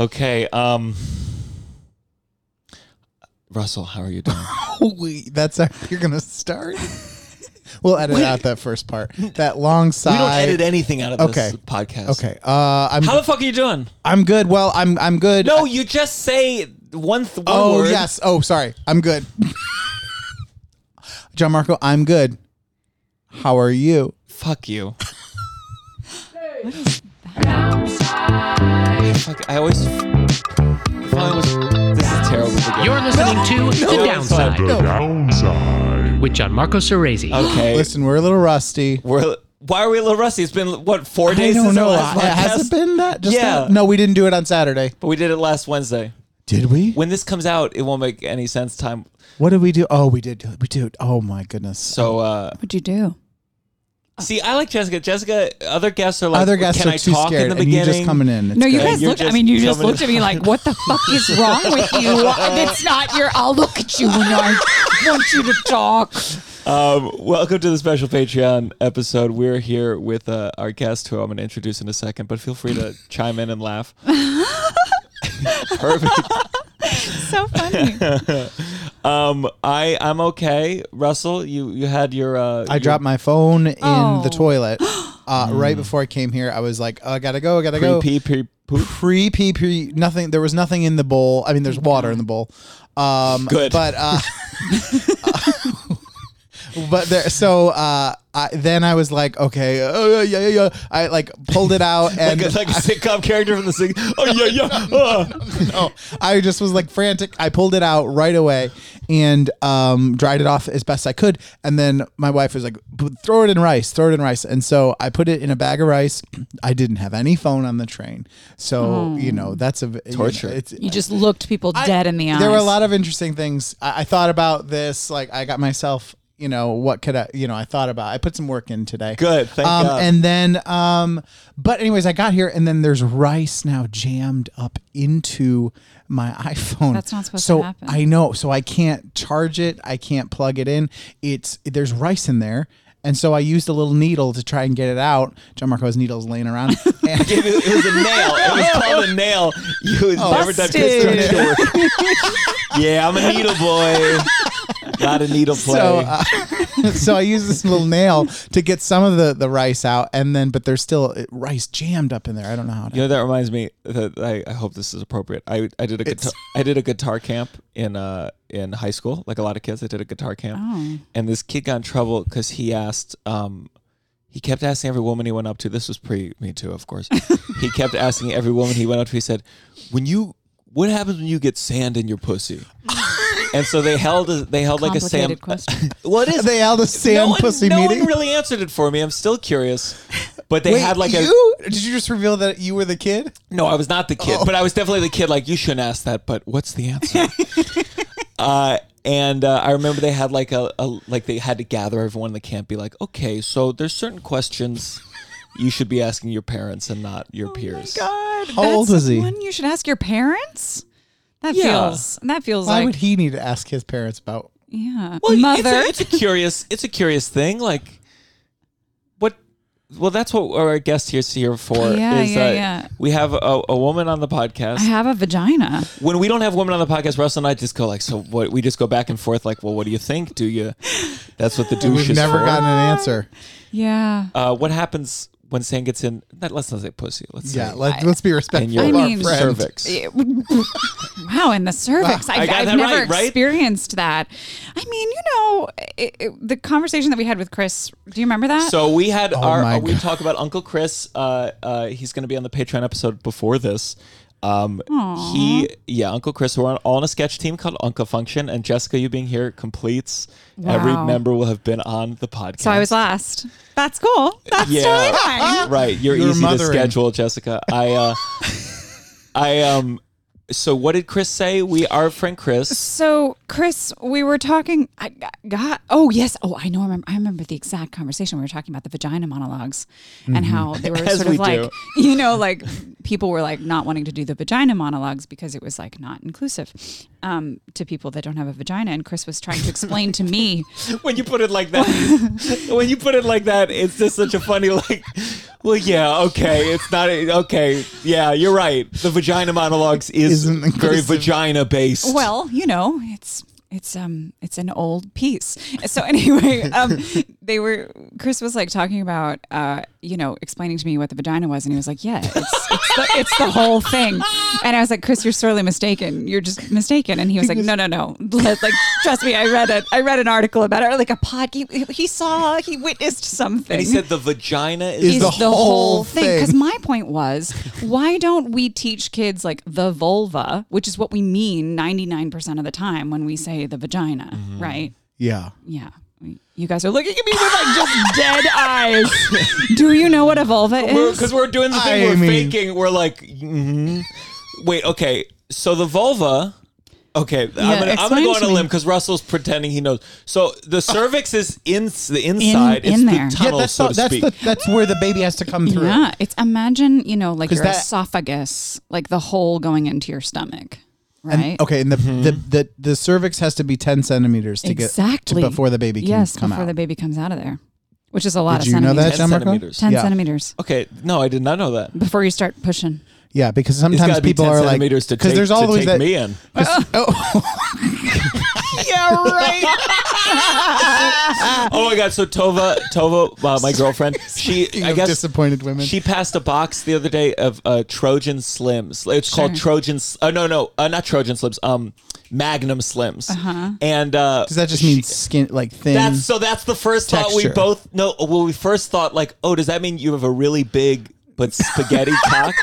Okay. Um, Russell, how are you doing? Holy, that's how you're gonna start. we'll edit out that first part. That long we don't side. edit anything out of this Okay. podcast. Okay. Uh, I'm How the fuck are you doing? I'm good. Well, I'm I'm good. No, you just say one, th- one Oh word. yes. Oh, sorry. I'm good. John Marco, I'm good. How are you? Fuck you. Fuck, I always. If I was- this is terrible. again. You're listening to no, The it's Downside fine. The downside. with Gianmarco Cerezi. Okay. Listen, we're a little rusty. We're, why are we a little rusty? It's been, what, four I days don't since know. our last Uh, podcast? Has it been that? Just Yeah. that? No, we didn't do it on Saturday. But we did it last Wednesday. Did we? When this comes out, it won't make any sense time. What did we do? Oh, we did do it. We did. Oh my goodness. So, uh, What'd you do? see, I like Jessica. Jessica, other guests are like, other guests can are I too talk scared, in the and beginning? you just coming in. It's No, you good. good. guys You're looked. I just mean, you just coming- looked at me like, "What the fuck is wrong with you? That's not your. I'll look at you when I want you to talk." Um, welcome to the special Patreon episode. We're here with uh, our guest, who I'm going to introduce in a second, but feel free to chime in and laugh. Perfect. So funny. Um, I I'm okay. Russell, you you had your uh, I dropped my phone in Oh. the toilet uh, Mm. right before I came here. I was like, oh, I gotta go, I gotta pre go. pee pre poop. Pre pee pee. Nothing. There was nothing in the bowl. I mean, there's water in the bowl. Um, Good. But uh, but there. So uh, I, then I was like, okay, uh, yeah, yeah, yeah. I like pulled it out and. Like a, like a sitcom character from the sing. Oh yeah yeah. uh. no, I just was like frantic. I pulled it out right away and um, dried it off as best I could. And then my wife was like, "B- throw it in rice, throw it in rice. And so I put it in a bag of rice. I didn't have any phone on the train. So, you know, that's a v- you know, Torture. it's, You just looked people I- dead in the eyes. There were a lot of interesting things. I, I thought about this. Like, I got myself, you know, what could I, you know, I thought about. I put some work in today. Good, thank um, God. And then, um, but anyways, I got here, and then there's rice now jammed up into my iPhone. That's not supposed so to happen. I know. So I can't charge it. I can't plug it in. It's there's rice in there. And so I used a little needle to try and get it out. John Marco's needle's laying around. And It was, it was a nail. It was called a nail. You had never done construction work. yeah, I'm a needle boy. Not a needle play. So, uh, so I use this little nail to get some of the, the rice out, and then but there's still uh, rice jammed up in there. I don't know how to. You know that reminds me that I, I hope this is appropriate. I I did a guitar, I did a guitar camp in uh in high school. Like a lot of kids, I did a guitar camp, Oh. and this kid got in trouble because he asked um he kept asking every woman he went up to. This was pre me too, of course. he kept asking every woman he went up to. He said, "When you what happens when you get sand in your pussy?" and so they held a, they held like a Complicated sand. question. What is They held a sand one, pussy no meeting. one really answered it for me. I'm still curious, but they Wait, had like a you? Did you just reveal that you were the kid? no, I was not the kid, but I was definitely the kid. Like, you shouldn't ask that. But what's the answer? uh, and uh, I remember they had like a, a like they had to gather everyone in the camp, be like, okay, so there's certain questions you should be asking your parents and not your peers. God, How old was he? One you should ask your parents. That Yeah. feels. That feels Why like. would he need to ask his parents about? yeah. Well, it's Mother. a, it's a curious, it's a curious thing. Like, what? Well, that's what our guest here's here for. Yeah, is yeah, that yeah. We have a, a woman on the podcast. I have a vagina. when we don't have women on the podcast, Russell and I just go like, so what? We just go back and forth like, well, what do you think? Do you? That's what the douche We've is never for. gotten an answer. Yeah. uh, what happens when sand gets in? Not, let's not say pussy. Let's Yeah, say let, let's be in respectful your of our mean- friend. cervix. Wow, in the cervix. I I've, got I've that never right, right? experienced that. I mean, you know, it, it, the conversation that we had with Chris, do you remember that? So we had our Oh my uh, we God. talk about Uncle Chris. Uh, uh, he's going to be on the Patreon episode before this. Um, he yeah, Uncle Chris. We're on, all on a sketch team called Uncle Function, and Jessica, you being here completes. Every Wow. member will have been on the podcast. so I was last. That's cool. That's Yeah. totally fine. right. You're, You're easy mothering. to schedule, Jessica. I uh I um so what did Chris say? We our friend Chris. So, Chris, we were talking. I I got. Oh yes. Oh, I know. I remember. I remember the exact conversation we were talking about the vagina monologues and how they were Mm-hmm. As sort we of do. like, you know, like people were like not wanting to do the vagina monologues because it was like not inclusive um, to people that don't have a vagina. And Chris was trying to explain to me When you put it like that when you put it like that, it's just such a funny like Well, yeah, okay. It's not a, okay. Yeah, you're right. The vagina monologues is Isn't very inclusive. vagina based. Well, you know, it's it's um it's an old piece. So anyway, um they were Chris was like talking about uh you know explaining to me what the vagina was, and he was like, yeah, it's it's the, it's the whole thing. And I was like, Chris, you're sorely mistaken. You're just mistaken. And he was like, no, no, no. Let- Like trust me, I read it. I read an article about it, or like a pod. He, he saw, he witnessed something and he said the vagina is, Is the whole thing. because my point was why don't we teach kids like the vulva which is what we mean 99% of the time when we say the vagina Mm-hmm. right Yeah. yeah you guys are looking at me with like just dead eyes do you know what a vulva is because we're, doing the thing I we're mean- faking. We're like, mhm. wait, okay. So the vulva. Okay, I'm gonna, I'm gonna explain go on to a me. limb because Russell's pretending he knows. So Oh. the cervix is in the inside. in it's there. Yeah, the tunnel, that's so to the, that's speak. the, that's where the baby has to come through. yeah it's imagine you know like 'Cause your that- esophagus like the hole going into your stomach And- right okay, and the, the, the the cervix has to be ten centimeters to exactly get to, before the baby can yes come before out. the baby comes out of there which is a lot Did of you know centimeters 10 that, John Marco? centimeters. 10 Yeah. centimeters Okay, no, I did not know that. before you start pushing Yeah, because It's sometimes gotta people be 10 are like centimeters to take, there's to always take that, me in. yeah right Oh my god! So Tova, Tova, uh, my girlfriend, she I of guess disappointed women. She passed a box the other day of uh, Trojan Slims. It's called Trojan. S- Uh, no, no, uh, not Trojan Slims. Um, Magnum Slims. Uh-huh. And uh, Does that just mean skin like thin? that's so. That's the first thought we Texture. both no. Well, we first thought like, oh, does that mean you have a really big but spaghetti cock?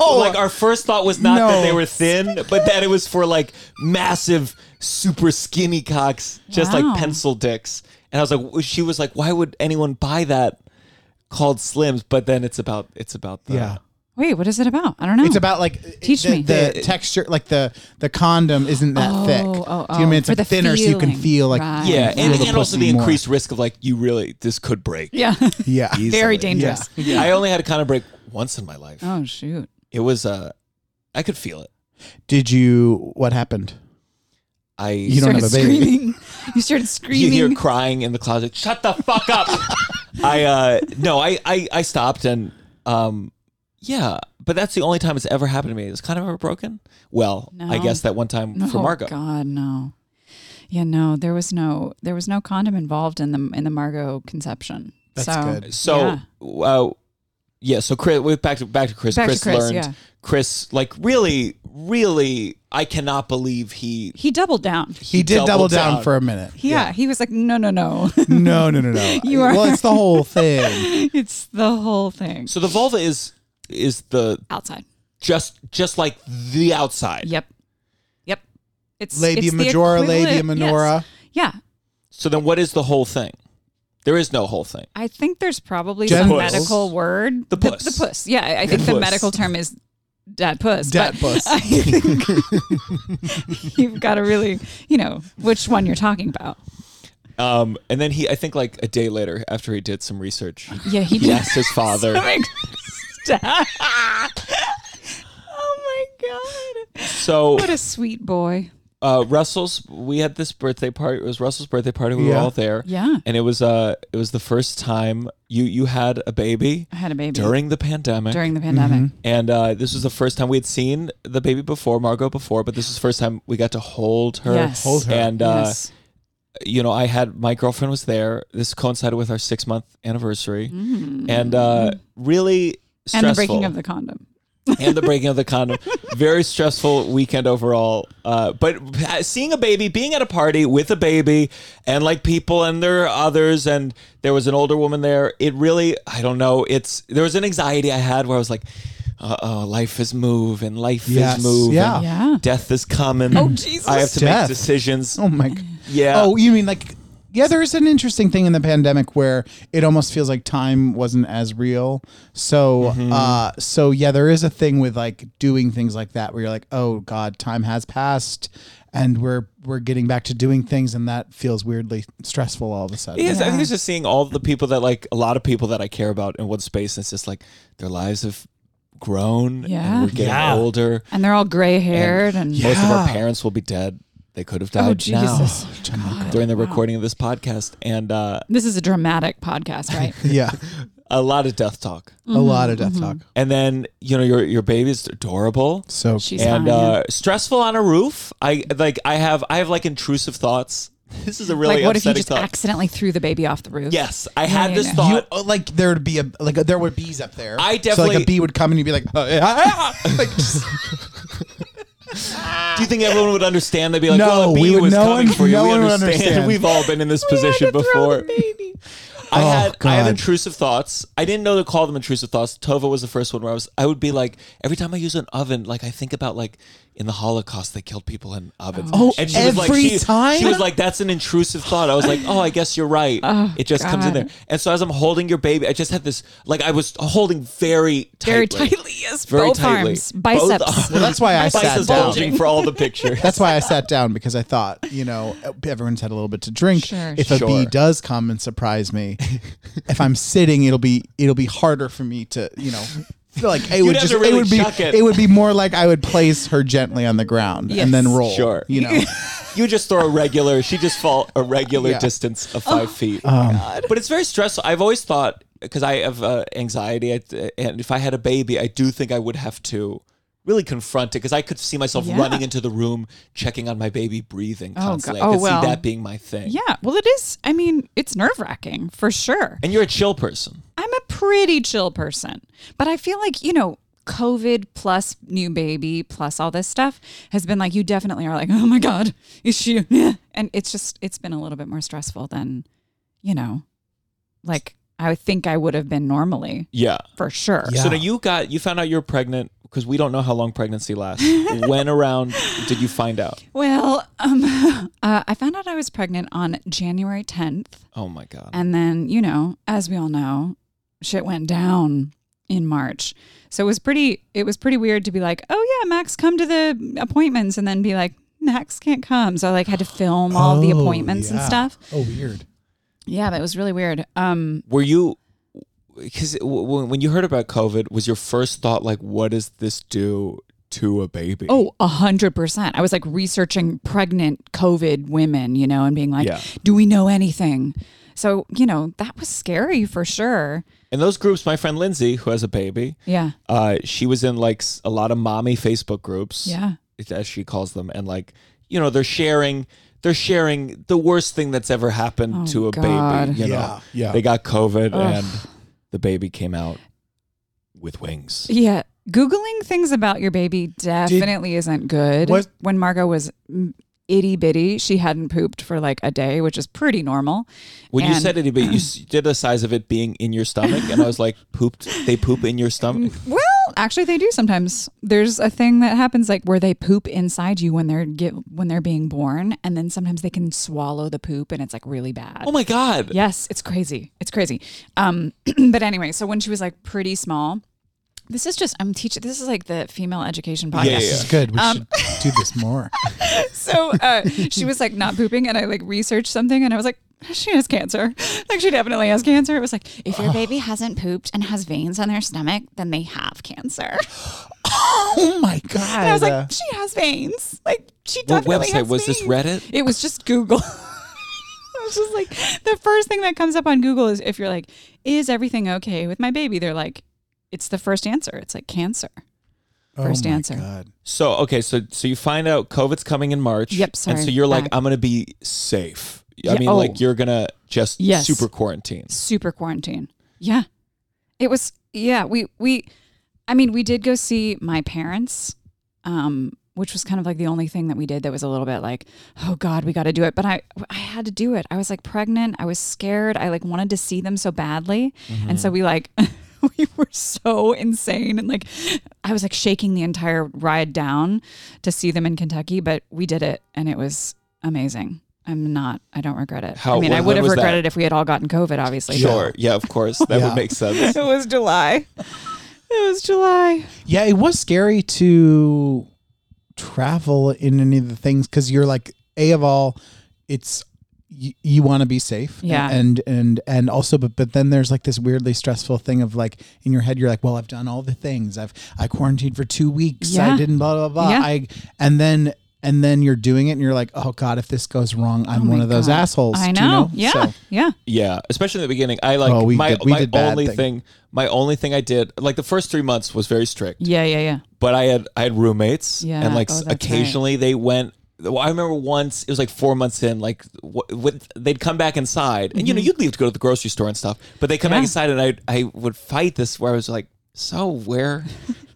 Like our first thought was not that No. they were thin, but that it was for like massive, super skinny cocks, just Wow. like pencil dicks. And I was like, she was like, why would anyone buy that? Called Slims, but then it's about it's about the yeah. Wait, what is it about? I don't know. It's about like Teach the, me. the texture, like the the condom isn't that Oh, thick. oh, Do you know what I mean? oh, It's for like the thinner, so you can feeling. feel like Right. Yeah, feel and, the and also pussy the more. increased risk of like you really this could break. yeah, Yeah, very easily. dangerous. Yeah. I only had a kind of break once in my life. Oh shoot! It was uh I could feel it. Did you? What happened? I You don't started have a baby. screaming. You started you screaming. hear crying in the closet. Shut the fuck up. I uh no, I, I I stopped and um yeah, but that's the only time it's ever happened to me. It's kind of ever broken. Well, I No. guess that one time no, for Margot. Oh, God, no. Yeah, no. There was no. There was no condom involved in the in the Margot conception. That's so, good. So, uh, yeah. So Chris, we back to back to Chris. Back to Chris, Chris, learned. yeah. Chris, like, really, really, I cannot believe he He doubled down. He, doubled did double down, down. for a minute. Yeah, he was like, no, no, no. No, no, no, no. You are- Well, it's the whole thing. it's the whole thing So the vulva is is the outside. just just like the outside. Yep, yep. It's Labia it's the majora, labia equivalent- yes. minora. Yeah, So then what is the whole thing? There is no whole thing. I think there's probably some Genitals. medical word. The puss. The, puss. Yeah, I- I think the puss. medical term is dat puss. Dat but puss. I think you've got to really, you know, which one you're talking about. Um, and then he, I think, like a day later, after he did some research, Yeah, he he did. asked his father. Stop. oh my god! So What a sweet boy. uh, Russell's, we had this birthday party. It was Russell's birthday party. We were Yeah. all there. Yeah. And it was uh, it was the first time you you had a baby I had a baby during the pandemic. during the pandemic. And uh, this was the first time we had seen the baby before, Margot before, but this was the first time we got to hold her. Yes. Hold her. And uh, yes. you know, I had my girlfriend was there. This coincided with our six month anniversary, and uh, really stressful. Mm. And the breaking of the condom. and the breaking of the condom. Very stressful weekend overall. Uh, but seeing a baby, being at a party with a baby, and like people, and there are others, and there was an older woman there. It really, I don't know. It's there was an anxiety I had where I was like, uh oh, life is move, and life Yes. is move, Yeah. and Yeah. death is coming. Oh, Jesus. I have to make Death. decisions. Oh my. God. Yeah. Oh, you mean like? Yeah, there is an interesting thing in the pandemic where it almost feels like time wasn't as real. So, Mm-hmm. uh, so yeah, there is a thing with like doing things like that where you're like, oh God, time has passed, and we're we're getting back to doing things, and that feels weirdly stressful all of a sudden. It is. I think it's just seeing all the people that like a lot of people that I care about in one space. And it's just like their lives have grown. Yeah. And we're getting Yeah. older. And they're all gray haired and, Most of our Yeah. parents will be dead. They could have oh died Jesus. now during the recording of this podcast. And uh, This is a dramatic podcast, right? Yeah, a lot of death talk. A lot of death talk. And then you know your your baby's adorable. So She's and fine. uh, stressful on a roof. I like. I have. I have like intrusive thoughts. This is a really like, what if you upsetting just thought. accidentally threw the baby off the roof? yes, I had yeah, this yeah. thought. you oh, like there would be a like there were bees up there. I so like definitely- a bee would come and you'd be like, "Ah, ah, ah," like just- Do you think everyone would understand? They'd be like, No, "Well, a we bee would- was no coming one- for you. no we one would understand. understand. We've all been in this position before." I Oh, had I had God. intrusive thoughts. I didn't know to call them intrusive thoughts. Tova was the first one where I was. I would be like, every time I use an oven, like I think about like in the Holocaust they killed people in ovens. Oh, and she was like, every she, time? she was like, "That's an intrusive thought." I was like, "Oh, I guess you're right. it just comes in there." God. And so as I'm holding your baby, I just had this like I was holding very tightly, Very tightly, yes. very both tightly, arms, Both biceps. arms. Well, that's why I Biceps sat Biceps down. bulging. bulging for all the pictures. That's why I sat down because I thought, you know, everyone's had a little bit to drink. Sure, if a Sure. bee does come and surprise me, if I'm sitting, it'll be it'll be harder for me to, you know, feel like it You'd would have just to it really would be chuck it. would be more like I would place her gently on the ground Yes. and then roll. Sure. you know. you just throw a regular she just fall a regular Yeah. distance of five Oh. feet Um, Oh, but it's very stressful i've always thought because i have uh, anxiety I, and if i had a baby i do think i would have to really confront it because i could see myself Yeah. running into the room checking on my baby breathing God. constantly Oh, i could well. see that being my thing Yeah. Well, it is. I mean, it's nerve wracking for sure. and you're a chill person I'm a pretty chill person, but I feel like, you know, COVID plus new baby plus all this stuff has been like, you definitely are like, oh my God, is she? yeah." And it's just, it's been a little bit more stressful than, you know, like I think I would have been normally yeah for sure. so now you got you found out you're pregnant because we don't know how long pregnancy lasts when around did you find out Well, um, uh, I found out I was pregnant on January 10th. oh my god And then, you know, as we all know, shit went down in March. So it was pretty it was pretty weird to be like, "Oh yeah, Max come to the appointments." And then be like, "Max can't come." So I like had to film all the Oh, appointments and yeah. stuff. Oh, weird. Yeah, that was really weird. Um were you because w- w- when you heard about covid was your first thought like what does this do to a baby Oh, a hundred percent. I was like researching pregnant COVID women, you know, and being like, Yeah. "Do we know anything?" So you know that was scary for sure. in those groups my friend lindsay who has a baby Yeah, uh, she was in like s- a lot of mommy facebook groups yeah, as she calls them and like you know they're sharing they're sharing the worst thing that's ever happened Oh, to a God. baby you yeah, know yeah. they got covid Ugh. and the baby came out with wings yeah. Googling things about your baby definitely isn't good. What- When Margot was itty bitty, she hadn't pooped for like a day, which is pretty normal. when you And- said it but you s- did a size of it being in your stomach and i was like pooped they poop in your stomach Well, actually, they do sometimes. There's a thing that happens like where they poop inside you when they're get when they're being born, and then sometimes they can swallow the poop, and it's like really bad. oh my god Yes, it's crazy. It's crazy. Um, but anyway, so when she was like pretty small, this is just I'm teaching. This is like the female education podcast. Yeah, yeah, This is good. We should do this more. So uh, she was like not pooping, and I like researched something, and I was like, she has cancer. Like she definitely has cancer. It was like if your baby hasn't pooped and has veins on their stomach, then they have cancer. oh my god! And I was Uh, like, she has veins. Like she What definitely website has was this? veins." Reddit? It was just Google. I was just like, the first thing that comes up on Google is if you're like, is everything okay with my baby? They're like, it's the first answer. It's like cancer. first oh my answer. God. So okay, so so you find out COVID's coming in March. Yep, And sorry, so you're like, back. I'm gonna be safe. I Yeah, mean, oh. like you're gonna just Yes. super quarantine. Super quarantine. Yeah, it was. Yeah, we we, I mean, we did go see my parents, um, which was kind of like the only thing that we did that was a little bit like, oh God, we got to do it. But I I had to do it. I was like pregnant. I was scared. I like wanted to see them so badly, Mm-hmm. and so we like. We were so insane. And like, I was like shaking the entire ride down to see them in Kentucky, but we did it and it was amazing. I'm not, I don't regret it. How- I mean, I when- would when have was that? regretted if we had all gotten COVID, obviously. Sure. Yeah, of course. That Yeah. would make sense. It was July. It was July. Yeah, it was scary to travel in any of the things because you're like, a of all, it's you, you want to be safe, Yeah. and and and also, but but then there's like this weirdly stressful thing of like in your head, you're like, well, I've done all the things, I've I quarantined for two weeks, Yeah. I didn't blah blah blah, Yeah. I and then. and then you're doing it and you're like, oh God, if this goes wrong, I'm Oh one my of those God. assholes. I Do know. you Yeah. So- Yeah. Yeah, especially in the beginning. I like Oh, we my did- we my did bad only thing. thing. My only thing I did like the first three months was very strict, Yeah. Yeah. Yeah. but I had I had roommates Yeah, and like oh, s- that's right. occasionally they went. Well, I remember once it was like four months in, like wh- with, they'd come back inside, and you know you'd leave to go to the grocery store and stuff, but they come Mm-hmm. Yeah. back inside, and I I would fight this where I was like, so where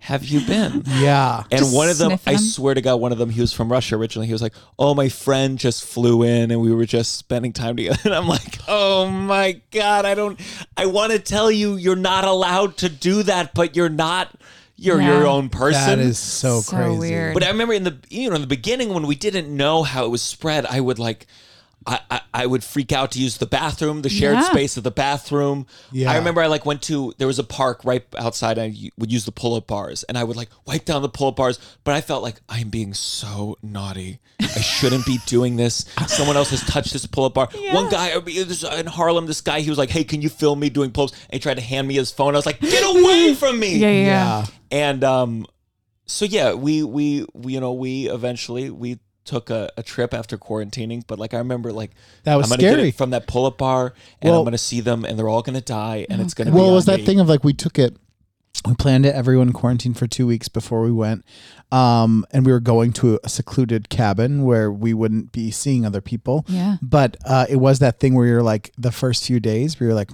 have you been? Yeah. And Just one of them, sniffing I them? swear to God, one of them, he was from Russia originally. He was like, "Oh, my friend just flew in, and we were just spending time together." And I'm like, "Oh my God, I don't, I want to tell you, you're not allowed to do that, but you're not, you're your Yeah. own person." That is so, So crazy. weird. But I remember in the you know in the beginning when we didn't know how it was spread, I would like. I, I, I would freak out to use the bathroom, the shared Yeah. space of the bathroom. Yeah. I remember I like went to there was a park right outside. I u- would use the pull up bars, and I would like wipe down the pull up bars. But I felt like I'm being so naughty. I shouldn't be doing this. Someone else has touched this pull up bar. One guy I mean, it was in Harlem, this guy he was like, "Hey, can you film me doing pull ups?" And he tried to hand me his phone. I was like, "Get away from me!" Yeah. Yeah. yeah. Yeah. and um so yeah we we, we you know we eventually we took a, a trip after quarantining but like i remember like That was i'm gonna get scary. it from that pull-up bar and Well- i'm gonna see them and they're all gonna die and it's gonna be Well, on was that me. thing of like we took it, we planned it. Everyone quarantined for two weeks before we went, um, and we were going to a secluded cabin where we wouldn't be seeing other people. Yeah. But uh, it was that thing where you're like the first few days we were like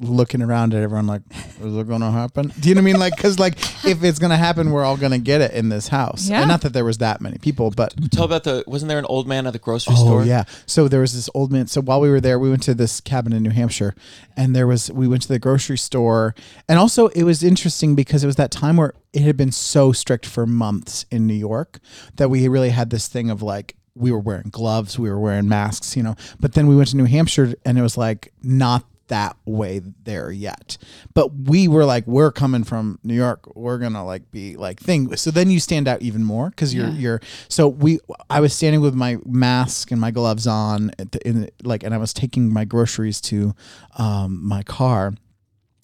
looking around at everyone like is it gonna happen do you know what i mean like because like if it's gonna happen we're all gonna get it in this house Yeah. and not that there was that many people but tell about the wasn't there an old man at the grocery store Oh, yeah. So there was this old man. So while we were there, we went to this cabin in New Hampshire, and there was we went to the grocery store, and also it was interesting because it was that time where it had been so strict for months in New York that we really had this thing of like we were wearing gloves, we were wearing masks, you know. But then we went to New Hampshire, and it was like not that way there yet but we were like we're coming from new york we're gonna like be like thing so then you stand out even more because you're you're so we i was standing with my mask and my gloves on at the, in the, like and i was taking my groceries to um, my car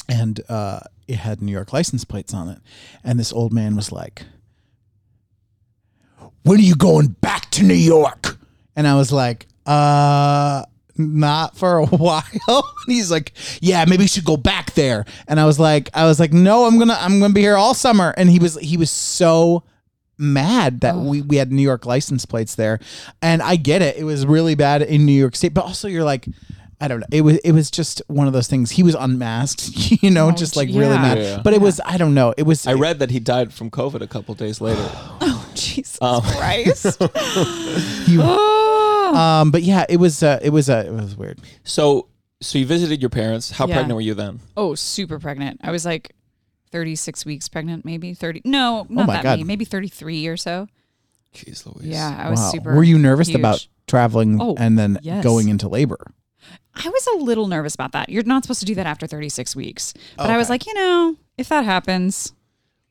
and uh, it had new york license plates on it and this old man was like when are you going back to New York? And I was like, uh, not for a while. And he's like, yeah, maybe you should go back there. And I was like, I was like, no, I'm gonna, I'm gonna be here all summer. And he was, he was so mad that we, we had New York license plates there. And I get it. It was really bad in New York state, but also you're like, I don't know. It was it was just one of those things. He was unmasked, you know, Oh, just like yeah. really mad. Yeah. But it was I don't know. It was i read that he died from covid a couple days later Jesus Um. Christ. You- Oh. um but yeah, it was uh, it was uh, it was weird. so so you visited your parents how Yeah. pregnant were you then Oh, super pregnant. I was like 36 weeks pregnant, maybe 30. No, not Oh my that God. many. Maybe 33 or so. jeez louise Yeah, I was super. Were you nervous huge. about traveling Oh, and then yes. going into labor? I was a little nervous about that. You're not supposed to do that after 36 weeks. But I was Okay. like, you know, if that happens,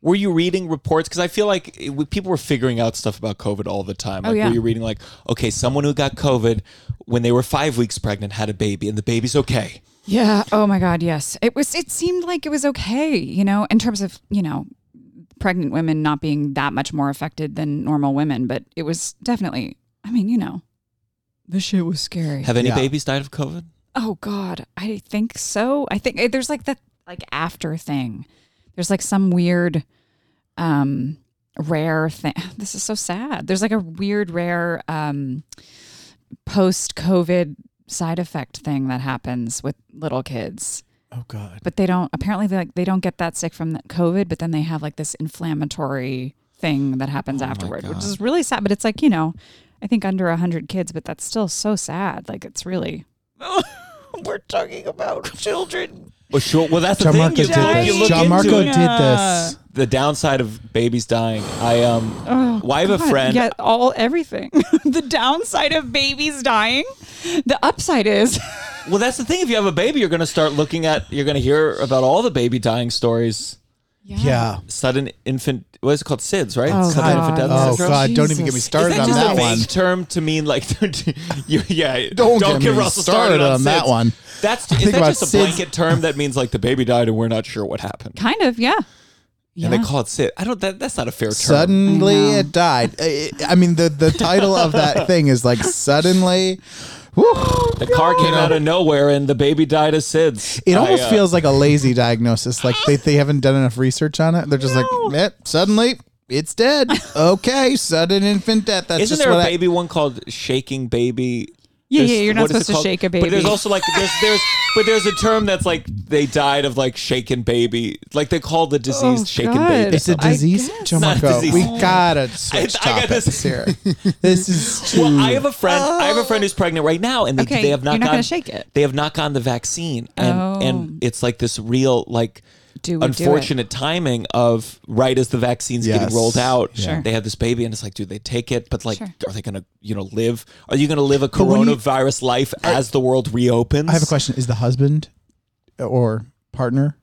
were you reading reports because i feel like it, we- people were figuring out stuff about covid all the time like Oh, yeah. were you reading like okay someone who got covid when they were five weeks pregnant had a baby and the baby's okay Yeah. Oh my God. Yes. It was. It seemed like it was okay. You know, in terms of you know, pregnant women not being that much more affected than normal women, but it was definitely. I mean, you know, this shit was scary. Have any Yeah. babies died of COVID? oh God. I think so. I think eh, there's like that like after thing. There's like some weird, um, rare thing. This is so sad. There's like a weird rare um, post COVID side effect thing that happens with little kids Oh God. but they don't apparently they like they don't get that sick from the covid but then they have like this inflammatory thing that happens afterward which Oh God. is really sad but it's like you know i think under 100 kids but that's still so sad like it's really We're talking about children. Well, sure. Well, that's the John thing. Marco you did look- you this. look John into Marco it. did this. The downside of babies dying. I um. well, I have a Oh, God, friend. yeah all everything the downside of babies dying the upside is Well, that's the thing. If you have a baby, you're going to start looking at. You're going to hear about all the baby dying stories. Yeah. Sudden infant. What is it called? SIDS, right? Oh, Sudden God. infant death Oh syndrome. God! Don't even get me Jesus. Is started that on just that a vague one. term to mean like, you, yeah, don't, Don't get get, me Russell started, started on, on that SIDS. one. That's think is that about just a SIDS. blanket term that means like the baby died and we're not sure what happened. kind of yeah and they Yeah. call it Sid. I don't. That, that's not a fair term. Suddenly I know. it died. I I mean, the, the title of that thing is like suddenly. Whew, The car came out of nowhere, and the baby died of SIDS. it I, almost uh, feels like a lazy diagnosis. Like they, they haven't done enough research on it. They're just like, eh, suddenly it's dead. Okay, sudden infant death. That's Isn't just there what a I- baby one called shaking baby? Yeah, There's- yeah, you're not what is it supposed to called? shake a But there's baby. also like there's there's but there's a term that's like they died of like shaken baby. Like they call the disease Oh, shaken God. baby. It's a I disease, guess. Joe Not a Marco. disease. We gotta switch I got topics this. here. This is too. Well, I have a friend. I have a friend who's pregnant right now, and they, Okay, they have Oh. not. you're not gone, gonna shake it. They have not gotten the vaccine, and Oh. and it's like this real like. Do we do it? unfortunate timing of right as the vaccine's Yes. getting rolled out, Sure. they have this baby, and it's like, do they take it? But like, Sure. are they gonna, you know, live? Are you gonna live a when you- coronavirus life as the world reopens? I have a question. Is the husband or partner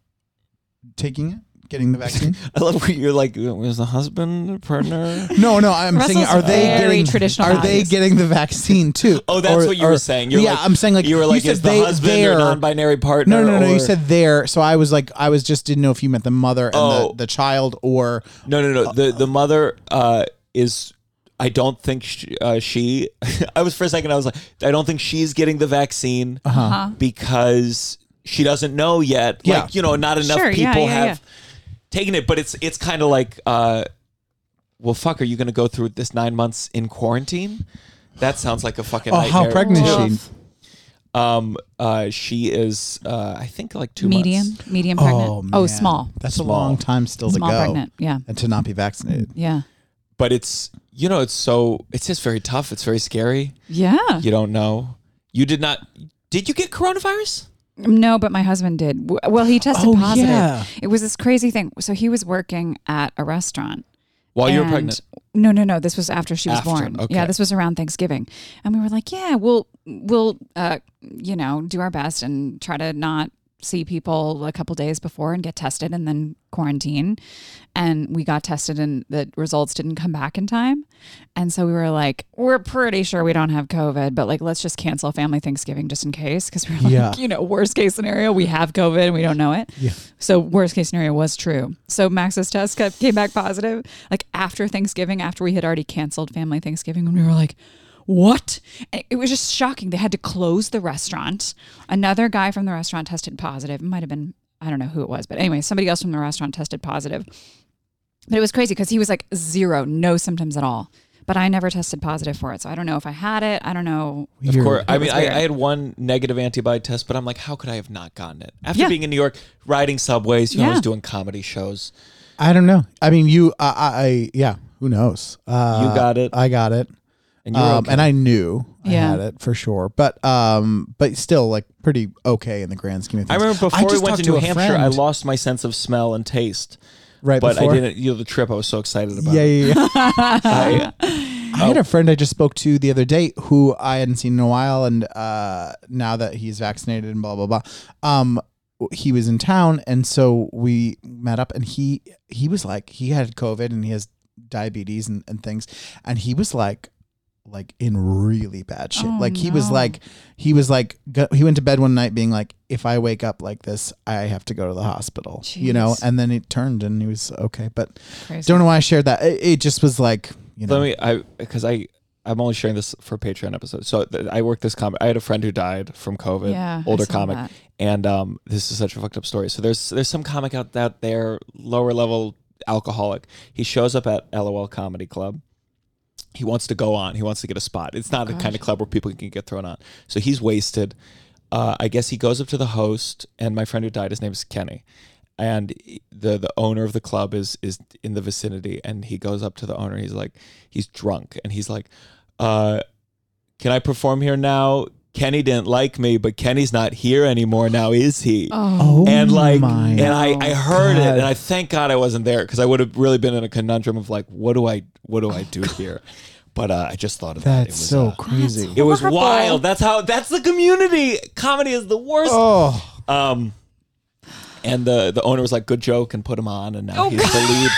taking it, getting the vaccine? I love where you're like, is the husband partner? No, no. I'm saying, are Russell's they very getting traditional Are they values. getting the vaccine too? Oh, that's Or- what you or- were saying. You're yeah, like, I'm saying like you were like, said is the they- husband their- or non-binary partner? No, no, no. or, You said there, so I was like, I was just didn't know if you meant the mother and Oh. the, the child or oh, No, no, no. uh, The the mother uh, is. I don't think she. Uh, she I was for a second. I was like, I don't think she's getting the vaccine Uh-huh. because she doesn't know yet. Yeah. Like you know, not enough Sure, yeah, people yeah, have taken it. But it's it's kind of like, uh, well, fuck. Are you going to go through this nine months in quarantine? That sounds like a fucking. oh, nightmare. how pregnant is she? Woof. Um, uh, she is. Uh, I think like two medium, months. medium pregnant. Oh, man. small, That's Small. a long time still small to go, pregnant. Yeah, and to not be vaccinated. yeah, But it's you know it's so it's just very tough. It's very scary. yeah. You don't know. You did not. Did you get coronavirus? No, but my husband did. W- Well, he tested Oh, positive. yeah. It was this crazy thing. So he was working at a restaurant. While Oh, you were and- pregnant. No, no, no. This was after she was After, born. okay. Yeah, this was around Thanksgiving, and we were like, "Yeah, we'll we'll uh, you know do our best and try to not see people a couple days before and get tested and then quarantine." And we got tested, and the results didn't come back in time, and so we were like, "We're pretty sure we don't have COVID, but like let's just cancel family Thanksgiving just in case," because we were like, Yeah. you know, worst case scenario, we have COVID and we don't know it. Yeah. So worst case scenario was true. So Max's test kept, came back positive, like after Thanksgiving, after we had already canceled family Thanksgiving, and we were like, "What?" And it was just shocking. They had to close the restaurant. Another guy from the restaurant tested positive. It might have been I don't know who it was, but anyway, somebody else from the restaurant tested positive. But it was crazy because he was like zero, no symptoms at all. But I never tested positive for it, so I don't know if I had it. I don't know. Of course. I It was mean, I, weird. I had one negative antibody test, but I'm like, how could I have not gotten it? After Yeah. being in New York, riding subways, you know, I was Yeah. doing comedy shows. I don't know. I mean, you, I, I, I yeah. Who knows? Uh, You got it. I got it. And you were Um, okay. and I knew Yeah. I had it for sure, but um, but still, like pretty okay in the grand scheme of I things. remember before we just went talked to New a Hampshire, friend I lost my sense of smell and taste. right but before. I didn't, you know, the trip, I was so excited about. Oh. Yeah, yeah, yeah. I, I had a friend I just spoke to the other day who I hadn't seen in a while, and uh, now that he's vaccinated and blah blah blah, um, he was in town, and so we met up, and he he was like he had COVID and he has diabetes and, and things, and he was like like in really bad shit. Oh, like he was no. like he was like go, he went to bed one night being like if I wake up like this, I have to go to the hospital, you know. Jeez. And then it turned, and he was okay, but Crazy. don't know why I shared that. It, it just was like. You know. let me, I, because I, I'm only sharing this for Patreon episodes. So th- I worked this comic. I had a friend who died from COVID, Yeah, I older saw comic, that. and um, this is such a fucked up story. So there's there's some comic out, out there, lower level alcoholic. He shows up at LOL Comedy Club. He wants to go on. He wants to get a spot. It's not the kind of club where people can get thrown on. So he's wasted. Uh, I guess he goes up to the host, and my friend who died, his name is Kenny, and the the owner of the club is is in the vicinity, and he goes up to the owner. He's like, he's drunk, and he's like, uh, "Can I perform here now?" Kenny didn't like me, but Kenny's not here anymore now, is he? Oh and like my and I, I heard God. it and I thank God I wasn't there because I would have really been in a conundrum of like what do I what do I do here but uh, I just thought of that Oh, that's it was, so uh, crazy. it was Horrible. wild that's how that's the community comedy is the worst oh, um and the the owner was like good joke and put him on and Oh, now he's the lead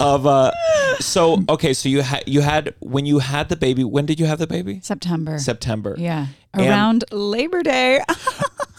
of uh so okay so you had you had when you had the baby when did you have the baby September. September Yeah. And- Around Labor Day.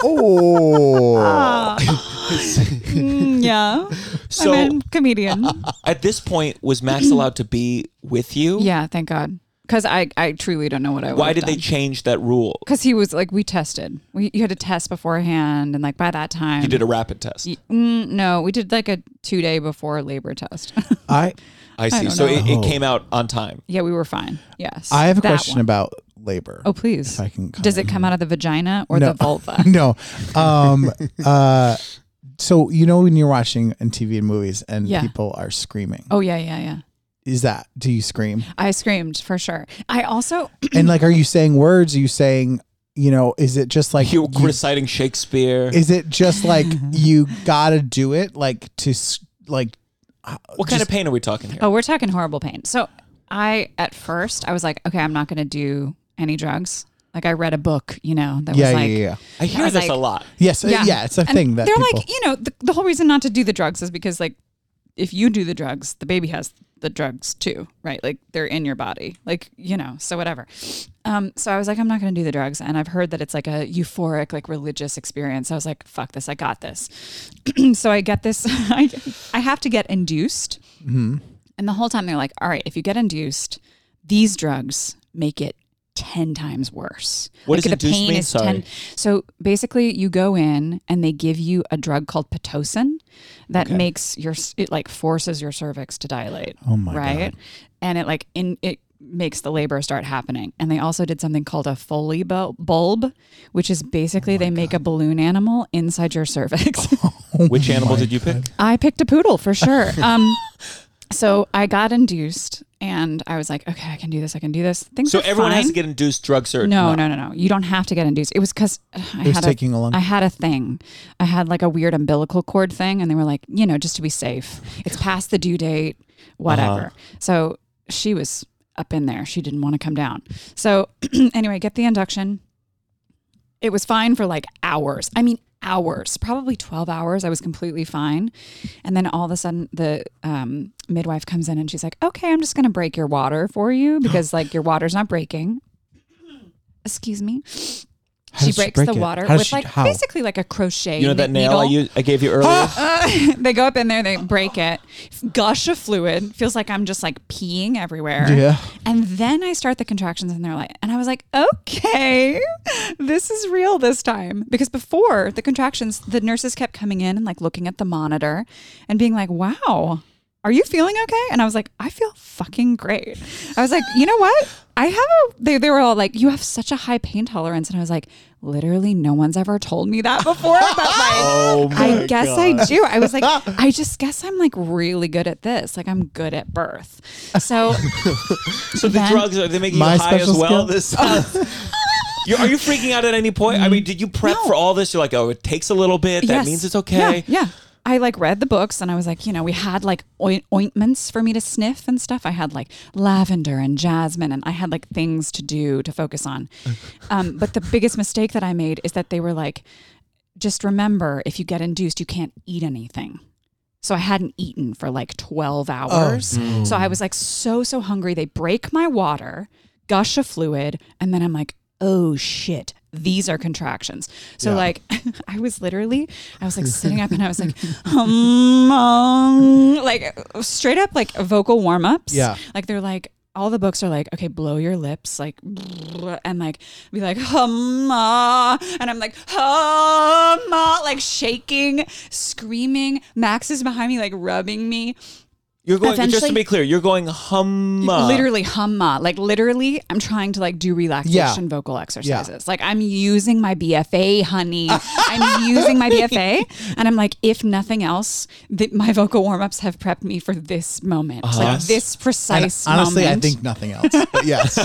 oh! Mm, yeah. So- I'm a comedian. At this point, was Max allowed to be with you? yeah, thank God. Because I, I truly don't know what I Why did they change that rule? Because he was like, we tested. We, you had to test beforehand. And like by that time. You did a rapid test. Mm, no, we did like a two day before labor test. I I see. don't so it, know. it came out on time. yeah, we were fine. Yes. I have a That question one. about labor. Oh, please. If I can comment. Does it come out of the vagina or No. the vulva? no. Um, uh, so you know when you're watching in TV and movies and Yeah. people are screaming, Oh, yeah, yeah, yeah. is that do you scream? I screamed for sure. I also, and like, are you saying words? Are you saying, you know, is it just like You were you- reciting Shakespeare. Is it just like you gotta do it, like to s- like? what kind of pain are we talking here? oh, we're talking horrible pain. So I, at first, I was like, okay, I'm not going to do any drugs. Like I read a book, you know, that Yeah, was yeah, like, yeah, yeah. I hear was this a like- lot. Yes, uh, yeah. it's a And thing that they're people. like, you know, the, the whole reason not to do the drugs is because like if you do the drugs, the baby has the drugs too, right? Like they're in your body, like you know, so whatever. Um, so I was like, I'm not going to do the drugs, and I've heard that it's like a euphoric, like religious experience. I was like, fuck this, I got this. so I get this, I I have to get induced, Mm-hmm. and the whole time they're like, all right, if you get induced, these drugs make it. 10 times worse. What like does the induced pain mean? is Sorry. 10 so basically, you go in and they give you a drug called pitocin that makes your it like forces your cervix to dilate. Oh my right? And it like in it makes the labor start happening. And they also did something called a Foley bul- bulb, which is Oh basically they make a balloon animal inside your cervix. Oh Which animal did you pick? I picked a poodle for sure. Um, so I got induced, and I was like, okay, I can do this. I can do this. Things So are everyone fine. has to get induced drug surgery. No, no, no, no. You don't have to get induced. It was because I was had taking a, a long- I had a thing. I had like a weird umbilical cord thing, and they were like, you know, just to be safe, it's past the due date, whatever. So she was up in there. She didn't want to come down. So anyway, get the induction. It was fine for like hours. I mean, hours, probably 12 hours. I was completely fine. And then all of a sudden, the um, midwife comes in and she's like, okay, I'm just going to break your water for you because like your water's not breaking. Excuse me. How she does she breaks break the it? water How does with she- like how? basically like a crochet. You know that nail needle. I, used, I gave you earlier? Ah, Uh, they go up in there, they break it, gush of fluid. Feels like I'm just like peeing everywhere. Yeah. And then I start the contractions, and they're like, and I was like, okay, this is real this time. Because before the contractions, the nurses kept coming in and like looking at the monitor and being like, wow, are you feeling okay? And I was like, I feel fucking great. I was like, you know what? I have a, they, they were all like, you have such a high pain tolerance. And I was like, literally, no one's ever told me that before about my, I guess I do. I was like, I just guess I'm like really good at this. Like I'm good at birth. So So the Then- drugs are they making you My high as special well? skill? This sounds- you, are you freaking out at any point? I mean, did you prep for all this? You're like, oh, it takes a little bit. That Yes. means it's okay. Yeah, yeah. I like read the books and I was like, you know, we had like oi- ointments for me to sniff and stuff. I had like lavender and jasmine and I had like things to do to focus on. Um, but the biggest mistake that I made is that they were like, just remember if you get induced, you can't eat anything. So I hadn't eaten for like 12 hours. So I was like so, so hungry. They break my water, gush of fluid, and then I'm like, oh shit, these are contractions. So like I was literally, I was like sitting up and I was like, um, um, like straight up like vocal warm ups. Yeah. Like they're like, all the books are like, okay, blow your lips, like, and like be like, hum, ah," and I'm like, hum, ah," like shaking, screaming. Max is behind me, like rubbing me, You're going. Just to Eventually- be clear, you're going hum. literally hum, ah," like literally, I'm trying to like do relaxation vocal exercises. Like I'm using my BFA, honey. I'm using my BFA, and I'm like, if nothing else, th- my vocal warm ups have prepped me for this moment, like Yes. this Uh-huh. And precise. honestly, moment. I think nothing else. But yes,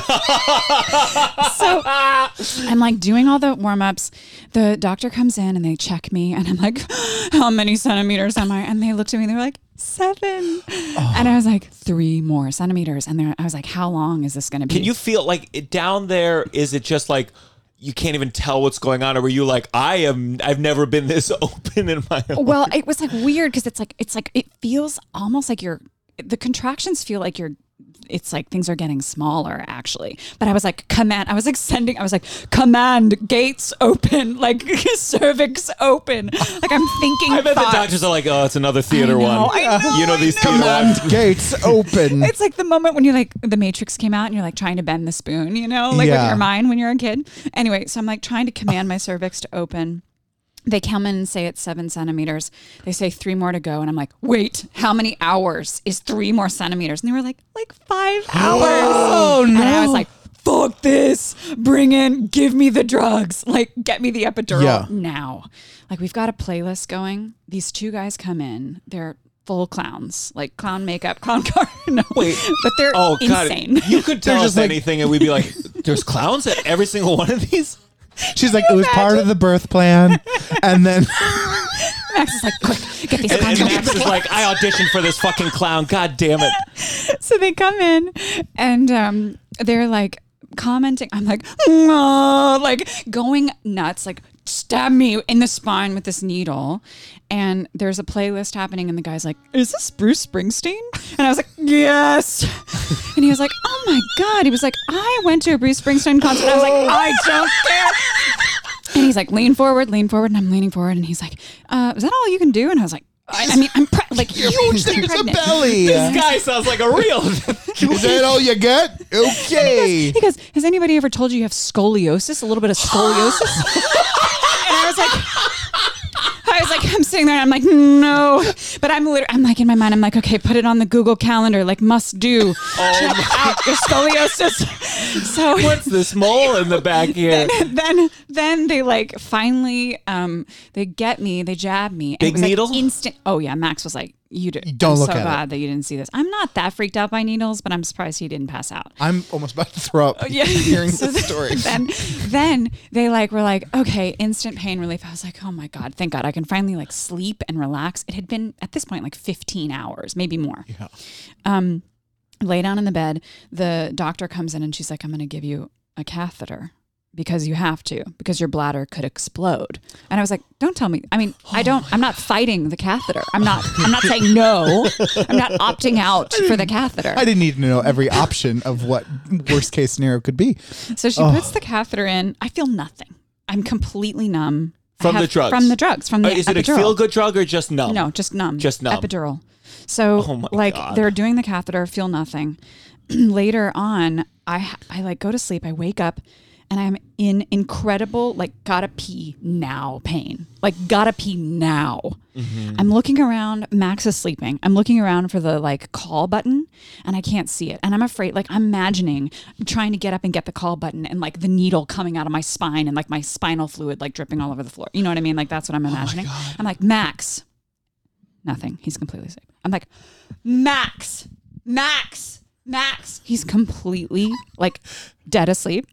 so I'm like doing all the warm ups. The doctor comes in and they check me, and I'm like, "How many centimeters am I?" And they looked at me. and They were like, seven. Oh. And I was like, three more centimeters. And they're- I was like, "How long is this going to be?" Can you feel like it, down there? Is it just like you can't even tell what's going on, or were you like, I am? I've never been this open in my. life. well, it was like weird because it's like it's like it feels almost like you're the contractions feel like you're it's like things are getting smaller actually. But I was like, command, I was like sending, I was like, command, gates open, like cervix open. Like I'm thinking, I bet the thoughts. doctors are like, oh, it's another theater I know, one. I know, you know I these know. theater ones. Command gates open. It's like the moment when you like the Matrix came out and you're like trying to bend the spoon, you know, like Yeah. with your mind when you're a kid. Anyway, so I'm like trying to command my cervix to open. They come in and say it's seven centimeters. They say three more to go, and I'm like, wait, how many hours is three more centimeters? And they were like, like five hours. Oh no! And I was like. Fuck this! Bring in, give me the drugs. Like, get me the epidural Yeah. now. Like we've got a playlist going. These two guys come in. They're full clowns, like clown makeup, clown car. No, wait, but they're Oh god, insane. you could They're tell just us like- anything, and we'd be like, "There's clowns at every single one of these." She's like, it was part of the birth plan. And then Max is like, quick, get these And, and clowns. Max is like, "I auditioned for this fucking clown. God damn it!" so they come in, and um, they're like commenting. I'm like, "Mwah," like going nuts, like stab me in the spine with this needle. And there's a playlist happening, and the guy's like, "Is this Bruce Springsteen?" And I was like, "Yes." and he was like, "Oh my god!" He was like, "I went to a Bruce Springsteen concert." I was like, "I don't care." And he's like, lean forward, lean forward. And I'm leaning forward. And he's like, uh, is that all you can do? And I was like, I, I mean, I'm pre- like hugely there's a pregnant. belly. This guy sounds like a real. Is that all you got? Okay. He goes, has anybody ever told you you have scoliosis? A little bit of scoliosis? and I was like, I was like, I'm sitting there and I'm like, no. But I'm literally, I'm like in my mind, I'm like, okay, put it on the Google calendar, like must do. Oh Check out your scoliosis. So What's this mole in the back here? then then they like finally um they get me they jab me and Big it was, like, needle? instant oh yeah max was like you did, Don't I'm look so at it. glad that you didn't see this i'm not that freaked out by needles but i'm surprised he didn't pass out I'm almost about to throw up Oh, yeah. hearing So this story. Then, then they like were like, okay, instant pain relief. I was like, oh my god, thank God, I can finally like sleep and relax. It had been at this point like 15 hours, maybe more. Yeah. Um, lay down in the bed. The doctor comes in and she's like, I'm going to give you a catheter because you have to because your bladder could explode. And I was like, don't tell me. I mean, I don't. I'm not fighting the catheter. I'm not. I'm not saying no. I'm not opting out for the catheter. I didn't need to know every option of what worst case scenario could be. So she puts the catheter in. I feel nothing. I'm completely numb I From the have- drugs? From the drugs. From Uh, the is it a epidural. feel good drug or just numb? No, just numb. Just numb. Epidural. So Oh my like God. they're doing the catheter, feel nothing. Later on, I I like go to sleep. I wake up and I'm in incredible like gotta pee now pain. Like gotta pee now. Mm-hmm. I'm looking around. Max is sleeping. I'm looking around for the like call button and I can't see it. And I'm afraid. Like I'm imagining trying to get up and get the call button and like the needle coming out of my spine and like my spinal fluid like dripping all over the floor. You know what I mean? Like that's what I'm Oh imagining. I'm like Max, Nothing. He's completely asleep. I'm like, Max, Max, Max. He's completely like dead asleep.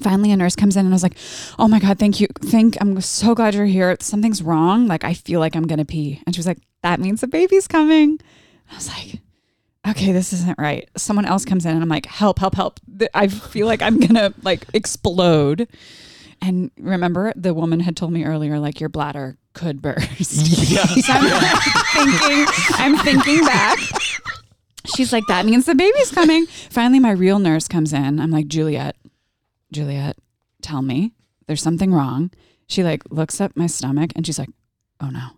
Finally, a nurse comes in and I was like, "Oh my god, thank you, thank. I'm so glad you're here. Something's wrong. Like I feel like I'm gonna pee." And she was like, "That means the baby's coming." I was like, "Okay, this isn't right." Someone else comes in and I'm like, "Help, help, help! Th- I feel like I'm gonna like explode." And remember, the woman had told me earlier, like your bladder could burst. so I'm thinking, I'm thinking back. She's like, that means the baby's coming. Finally, my real nurse comes in. I'm like, Juliet, Juliet, tell me there's something wrong. She like looks up my stomach and she's like, oh no.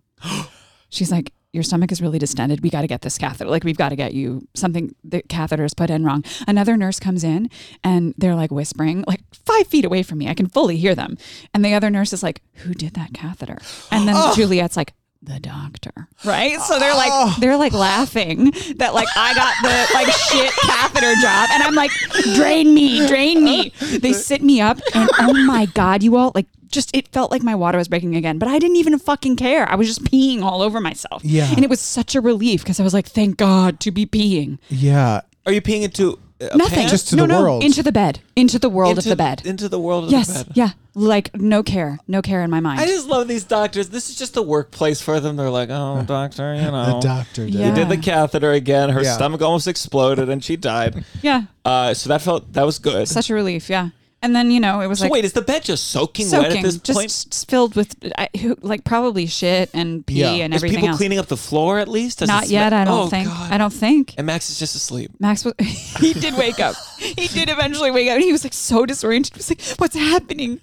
She's like, your stomach is really distended. We got to get this catheter. Like, we've got to get you something. The catheter is put in wrong. Another nurse comes in and they're like whispering, like five feet away from me. I can fully hear them. And the other nurse is like, who did that catheter? And then Juliet's like, the doctor. Right? So they're Oh. like, they're like laughing that like I got the like shit catheter job. And I'm like, drain me, drain me. They sit me up and oh my God, you all like, just it felt like my water was breaking again, but I didn't even fucking care. I was just peeing all over myself. Yeah. And it was such a relief because I was like, thank God to be peeing. Yeah. Are you peeing into a Nothing. pan? Just to no, the no, world. Into the bed. Into the world into of the bed. into the world of yes. the bed. Yeah. Like no care. No care in my mind. I just love these doctors. This is just the workplace for them. They're like, oh, doctor, you know, The doctor did. Yeah. did the catheter again. Her Yeah. stomach almost exploded and she died. yeah. Uh, so that felt that was good. Such a relief. Yeah. And then, you know, it was So like wait, is the bed just soaking, wet soaking, at this just point? s- filled with I, who, like probably shit and pee Yeah. and is everything people else. cleaning up the floor at least? Does it Not smell- yet, I Oh, don't think. God. I don't think. And Max is just asleep. Max was, he did wake up. he did eventually wake up. And he was like so disoriented. He was like, what's happening?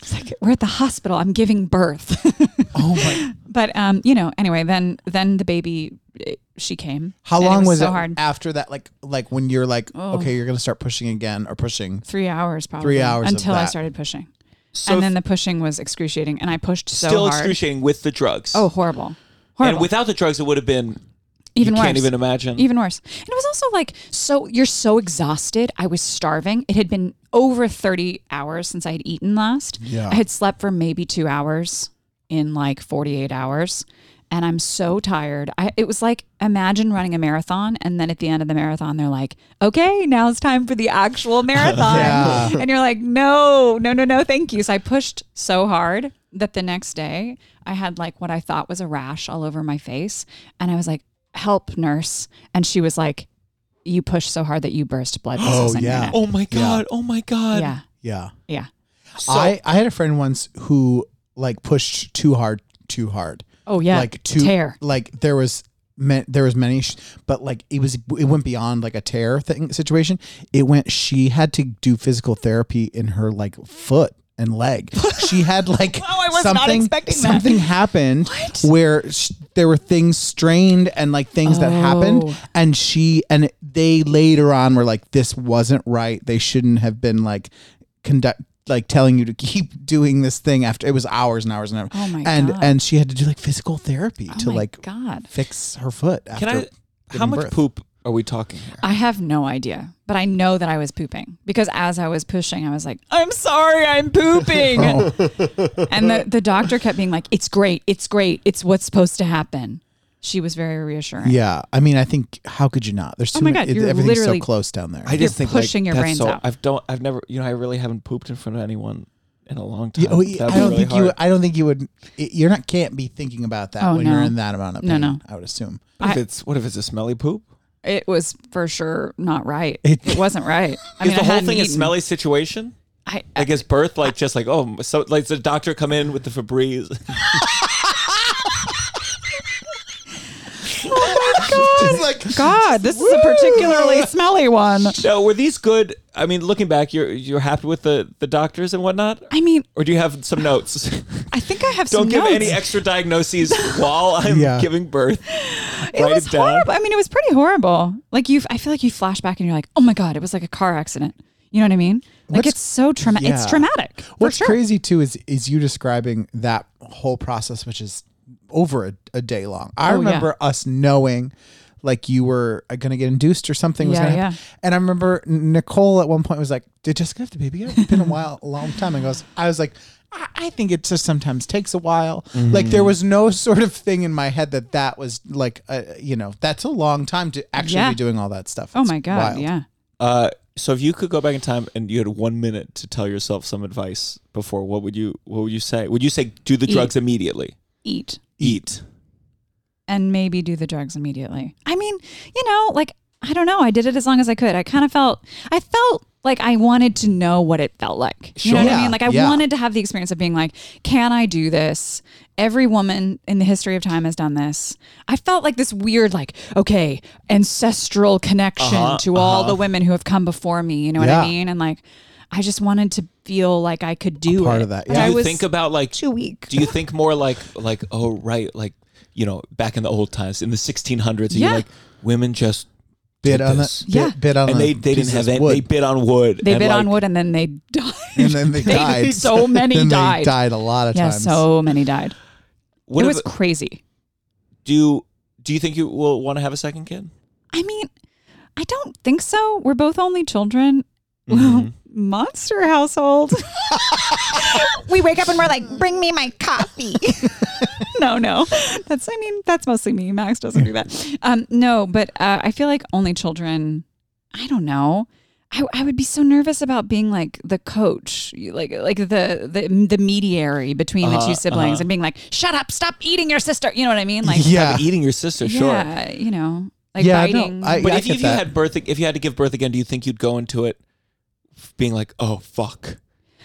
It's like, we're at the hospital. I'm giving birth. oh my. But, um, you know, anyway, then, then the baby, eh, she came. How And long was, it was, so it hard? Oh. after that? Like, like when you're like, okay, you're gonna start pushing again or pushing. Three hours probably. hours of Until I that. started pushing. So and then the pushing was excruciating. And I pushed so still hard. excruciating with the drugs. Oh, horrible. Horrible. and without the drugs, it would have been even you worse. Can't even imagine. even worse. And it was also like, so you're so exhausted. I was starving. It had been over 30 hours since I had eaten last. Yeah. I had slept for maybe two hours in like 48 hours. And I'm so tired. I, it was like, imagine running a marathon. And then at the end of the marathon, they're like, okay, now it's time for the actual marathon. Yeah. And you're like, no, no, no, no, thank you. So I pushed so hard that the next day I had like what I thought was a rash all over my face. And I was like, help, nurse. And she was like, you pushed so hard that you burst blood vessels. Oh, in your yeah. neck. oh my god. Oh my god. yeah. Yeah. Yeah. So, I I had a friend once who like pushed too hard, too hard. Oh, yeah. Like too Tear. Like there was. Me, there was many, sh- but like it was, it went beyond like a tear thing situation. It went. She had to do physical therapy in her like foot and leg. She had like I was not something, expecting that. something happened where sh- there were things strained and like things that happened, Oh. and she and they later on were like, this wasn't right. They shouldn't have been like conduct like telling you to keep doing this thing after it was hours and hours and hours. Oh my and God. and she had to do like physical therapy Oh to my like God. fix her foot. After can I? How giving much birth. poop are we talking here? I have no idea, but I know that I was pooping because as I was pushing, I was like, I'm sorry, I'm pooping. Oh. And the, the doctor kept being like, it's great. It's great. It's what's supposed to happen. She was very reassuring. Yeah, I mean, I think how could you not? There's too Oh my many, God, you're everything's literally- so close down there. I just You're think like, pushing your that's brains so, out. I've don't. I've never. You know, I really haven't pooped in front of anyone in a long time. Yeah, oh, yeah, That'd be I don't really think you. hard. would- I don't think you would. it- You're not can't be thinking about that Oh, when you're no. in that amount of pain. No, no. I would assume. What if I- it's what if it's a smelly poop? It was for sure not right. It- It, wasn't right. I Is the mean, I whole hadn't thing a eaten. smelly situation? I, Like is birth like just like oh so like the doctor come in with the Febreze? It's like Oh God, this is a particularly smelly one. no, were these good? I mean, looking back, you're you're happy with the the doctors and whatnot, I mean, or do you have some notes? I think I have don't some give notes. any extra diagnoses while I'm Yeah. giving birth. it Write was it down. horrible. I mean, it was pretty horrible. Like you, I feel like you flash back and you're like, oh my god, it was like a car accident. You know what I mean? Like What's- it's so traumatic. yeah. It's traumatic. for What's sure. crazy too is is you describing that whole process, which is over a, a day long. I Oh, yeah. remember us knowing, like you were going to get induced or something was Yeah, going to happen. And I remember Nicole at one point was like, "Did Jessica have the baby yet? It's been a while, a long time." I goes, I was like. "I- I think it just sometimes takes a while. Mm-hmm. Like there was no sort of thing in my head that that was like, a, you know, that's a long time to actually Yeah. be doing all that stuff. Oh It's my god, wild. yeah. Uh, so if you could go back in time and you had one minute to tell yourself some advice before, what would you what would you say? Would you say do the Eat. drugs immediately? Eat Eat. and maybe do the drugs immediately. I mean, you know, like I don't know. I did it as long as I could. I kind of felt, I felt like I wanted to know what it felt like. You know Sure. what Yeah, I mean? Like I yeah. wanted to have the experience of being like, can I do this? Every woman in the history of time has done this. I felt like this weird, like, okay, ancestral connection Uh-huh, to all the women who have come before me. You know what Yeah. I mean? And like, I just wanted to feel like I could do part it. of that, And yeah. I Do you was think about like too weak. do you think more like like oh right like you know back in the old times in the 1600s yeah. Yeah. like women just Bit did on this. it. Yeah. Bit, bit on and a they, they piece didn't of have any, wood. they bit on wood They and, bit on like, wood and then they died. and then they died. so many Then they died. died a lot of Yeah, times. so many died. what it if- was crazy. do do you think you will want to have a second kid I mean, I don't think so. We're both only children. Mm-hmm. Well, monster household. we wake up and we're like, bring me my coffee. no, no. That's, I mean, that's mostly me. Max doesn't do that. Um, no, but uh, I feel like only children, I don't know. I, I would be so nervous about being like the coach, you- like like the the, the mediary between the Uh-huh, two siblings, and being like, "Shut up! Stop eating your sister." You know what I mean? Like, yeah, eating your sister sure yeah, you know, like Yeah, I know. biting. I- but Yeah, if, get if you that. had birth if you had to give birth again do you think you'd go into it being like, oh fuck,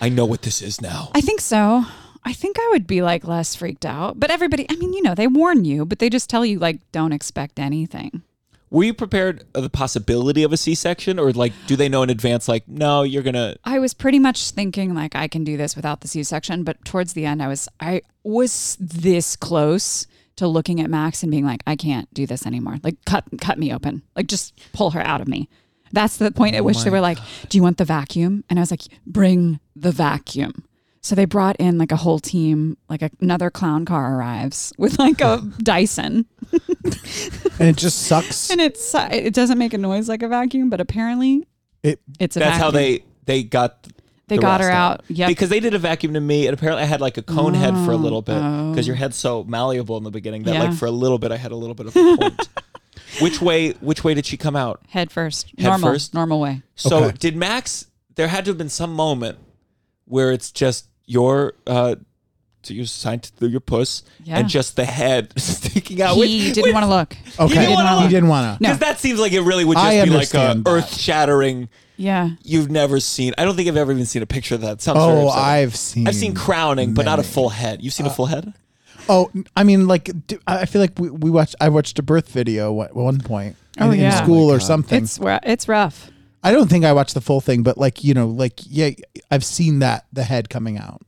I know what this is now. I think so. I think I would be like less freaked out. But everybody, I mean, you know, they warn you, but they just tell you like don't expect anything. Were you prepared of the possibility of a C-section, or like, do they know in advance? Like, no, you're gonna. I was pretty much thinking like I can do this without the C-section, but towards the end I was I was this close to looking at Max and being like I can't do this anymore. Like cut cut me open. Like just pull her out of me. That's the point Oh at which they were like, "Do you want the vacuum?" And I was like, "Bring the vacuum." So they brought in like a whole team, like a, another clown car arrives with like a Dyson. and it just sucks. And it's it doesn't make a noise like a vacuum, but apparently It- it's a That's how vacuum. they they got. They the got rest her out. it. Yep. Because they did a vacuum to me, and apparently I had like a cone head for a little bit Oh. because your head's so malleable in the beginning that Yeah. like for a little bit I had a little bit of a point. which way? Which way did she come out? head first, Head normal, first? normal way. So Okay. did Max? There had to have been some moment where it's just your uh, to your sign through your puss Yeah. and just the head sticking out. He which- didn't which- want to look. Uh, Okay. didn't wanna He look. didn't want to. No. Because that seems like it really would just I be like a understand that. earth shattering. Yeah. You've never seen. I don't think I've ever even seen a picture of that. Sounds very Oh, upsetting. I've seen. I've seen crowning, but not a many. Uh, full head. You've seen a full head? Oh, I mean, like d- I I feel like we, we watched. I watched a birth video at one point. Oh, in, in yeah. school or something. It's rough. It's rough. I don't think I watched the full thing, but like you know, like yeah, I've seen that the head coming out.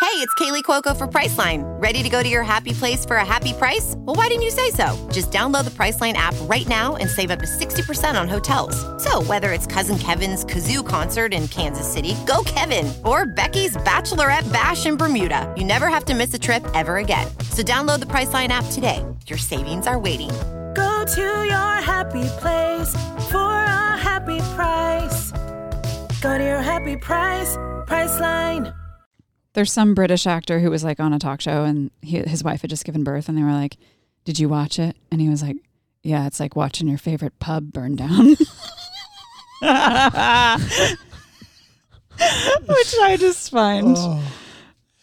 Hey, it's Kaylee Cuoco for Priceline. Ready to go to your happy place for a happy price? Well, why didn't you say so? Just download the Priceline app right now and save up to 60% on hotels. So, whether it's Cousin Kevin's Kazoo concert in Kansas City, go Kevin, or Becky's Bachelorette Bash in Bermuda, you never have to miss a trip ever again. So, download the Priceline app today. Your savings are waiting. Go to your happy place for a happy price. Go to your happy price, Priceline. There's some British actor who was like on a talk show and he, his wife had just given birth and they were like, "Did you watch it?" And he was like, "Yeah, it's like watching your favorite pub burn down." Which I just find Oh.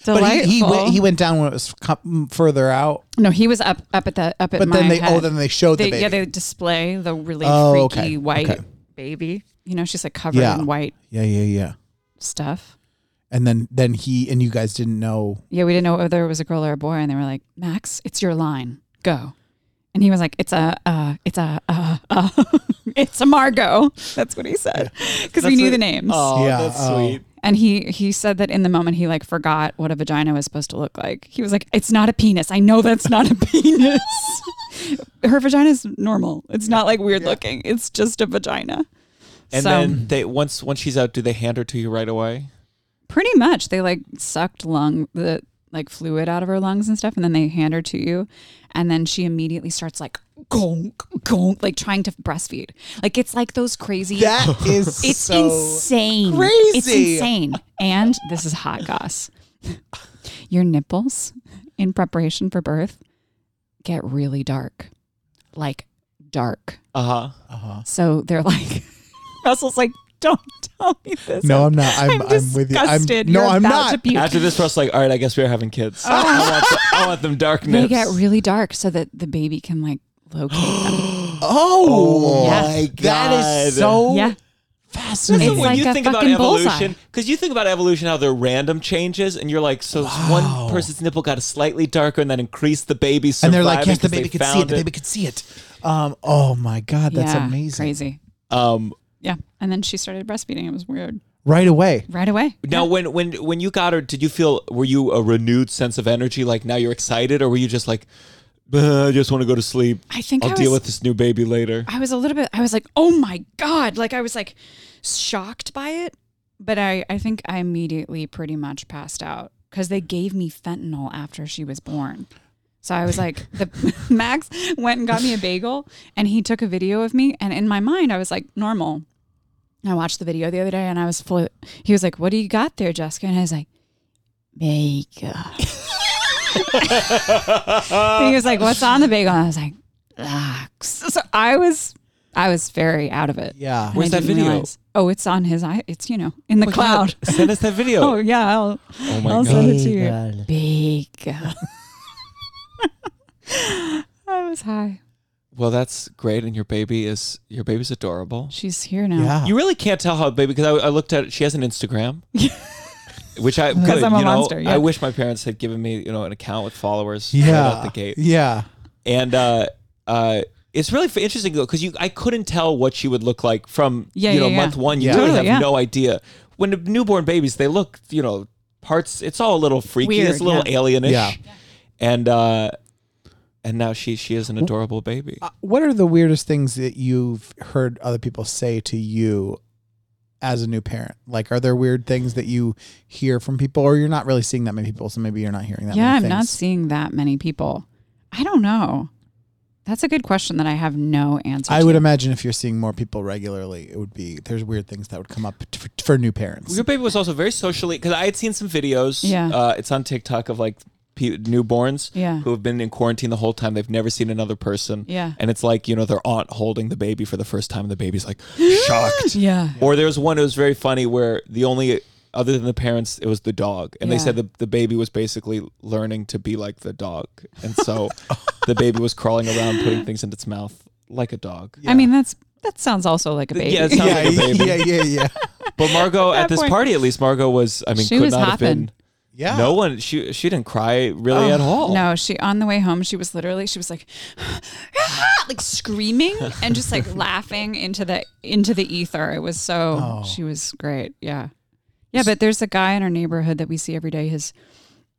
But he, delightful. he went he went down when it was co- further out. no, he was up up at the up at But then my they oh head. then they showed the they, baby. yeah, they display the really Oh, freaky okay, white okay. baby. You know, she's like covered Yeah. in white yeah, yeah, yeah. stuff. And then then he and you guys didn't know. Yeah, we didn't know whether it was a girl or a boy, and they were like, "Max, it's your line, go." And he was like, "It's a, uh, it's a, uh, uh, it's a Margot." That's what he said because we That's knew what- the names. Oh, Yeah, that's oh. sweet. And he he said that in the moment he like forgot what a vagina was supposed to look like. He was like, "It's not a penis. I know that's not a penis. Her vagina's normal. It's not like weird looking. It's just a vagina." And So- then they once once she's out, do they hand her to you right away? Pretty much, they like sucked lung the like fluid out of her lungs and stuff, and then they hand her to you, and then she immediately starts like gonk gonk, like trying to breastfeed. Like it's like those crazy. That is it's so insane. It's crazy. insane. And this is hot goss. Your nipples in preparation for birth get really dark, like dark. Uh huh. So they're like, Russell's like, don't tell me this. No, I'm not. I'm- I'm with you. I'm- disgusted. no, You're I'm about not. to puke." After this, Russ like, all right, I guess we're having kids. I, want the- I want them dark They nips. get really dark so that the baby can like locate them. Oh, Yeah. my that God. is so Yeah. Listen, It's fascinating. when like you a think about fucking bullseye. evolution, because you think about evolution, how they're random changes, and you're like, so one person's nipple got slightly darker, and then increased the baby's and they're like, yes, the surviving baby 'cause could they see it. found The baby could see it. Um. Oh my God, that's Yeah, amazing. Crazy. Um, Yeah. And then she started breastfeeding. It was weird. Right away. Right away. Now, when when when you got her, did you feel were you a renewed sense of energy? Like now you're excited, or were you just like, "Uh, I just want to go to sleep. I think I'll I deal was- with this new baby later. I was a little bit I was like, oh my God. Like I was like shocked by it. But I, I think I immediately pretty much passed out because they gave me fentanyl after she was born. So I was like, the Max went and got me a bagel and he took a video of me. And in my mind, I was like, normal. I watched the video the other day and I was full. He was like, What do you got there, Jessica? And I was like, Bagel. he was like, What's on the bagel? And I was like, Lux. So I was, I was very out of it. Yeah. And I Where's that didn't video? Oh oh, it's on his eye. It's, you know, in the cloud. Send us that Oh, video. yeah. I'll, Oh my I'll god! send it to you. Bagel. I was high. Well, that's great, and your baby is your baby's adorable. She's here now. Yeah. You really can't tell how baby because I, I looked at it. She has an Instagram, which I because I'm a you know, monster, yeah. I wish my parents had given me you know an account with followers right out Yeah. the gate. Yeah. and uh, uh, it's really f- interesting though because you I couldn't tell what she would look like from Yeah, you know yeah, yeah. month one. You Yeah. really Totally, have yeah. no idea when the newborn babies they look you know parts. It's all a little freaky. Weird, it's a little yeah. alienish. Yeah. and uh, and now she she is an adorable baby. What are the weirdest things that you've heard other people say to you as a new parent? Like, are there weird things that you hear from people, or you're not really seeing that many people, so maybe you're not hearing that? yeah, many I'm not things? seeing that many people. I don't know. That's a good question that I have no answer. I to. would imagine if you're seeing more people regularly, it would be there's weird things that would come up t- for, for new parents. Your baby was also very socially because I had seen some videos. Yeah. uh, it's on TikTok of like pe- newborns Yeah. who have been in quarantine the whole time. They've never seen another person. Yeah. and it's like you know their aunt holding the baby for the first time, and the baby's like shocked. Yeah. Or there was one that was very funny where the only other than the parents, it was the dog, and they Yeah. said the the baby was basically learning to be like the dog, and so the baby was crawling around putting things in its mouth like a dog. I mean, that's that sounds also like a baby. Yeah, it sounds like a baby. yeah, yeah, yeah, But Margot at this point- party, at least Margot was. I mean, She could was not have hopping. been. yeah. No one. She she didn't cry really at all. No, she on the way home, she was literally she was like like screaming and just like laughing into the into the ether. It was so Oh. she was great. Yeah. Yeah, but there's a guy in our neighborhood that we see every day. His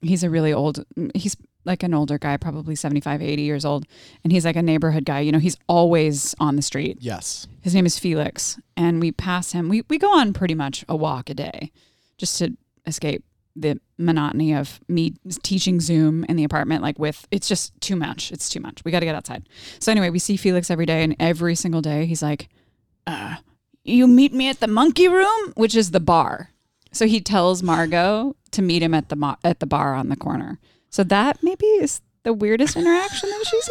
he's a really old he's like an older guy, probably 75, 80 years old, and he's like a neighborhood guy. You know, he's always on the street. Yes. His name is Felix, and we pass him. We we go on pretty much a walk a day, just to escape the monotony of me teaching Zoom in the apartment. Like with it's just too much. It's too much. We got to get outside. So anyway, we see Felix every day, and every single day he's like, uh, "You meet me at the monkey room, which is the bar." So he tells Margot to meet him at the mo- at the bar on the corner. So that maybe is the weirdest interaction that she's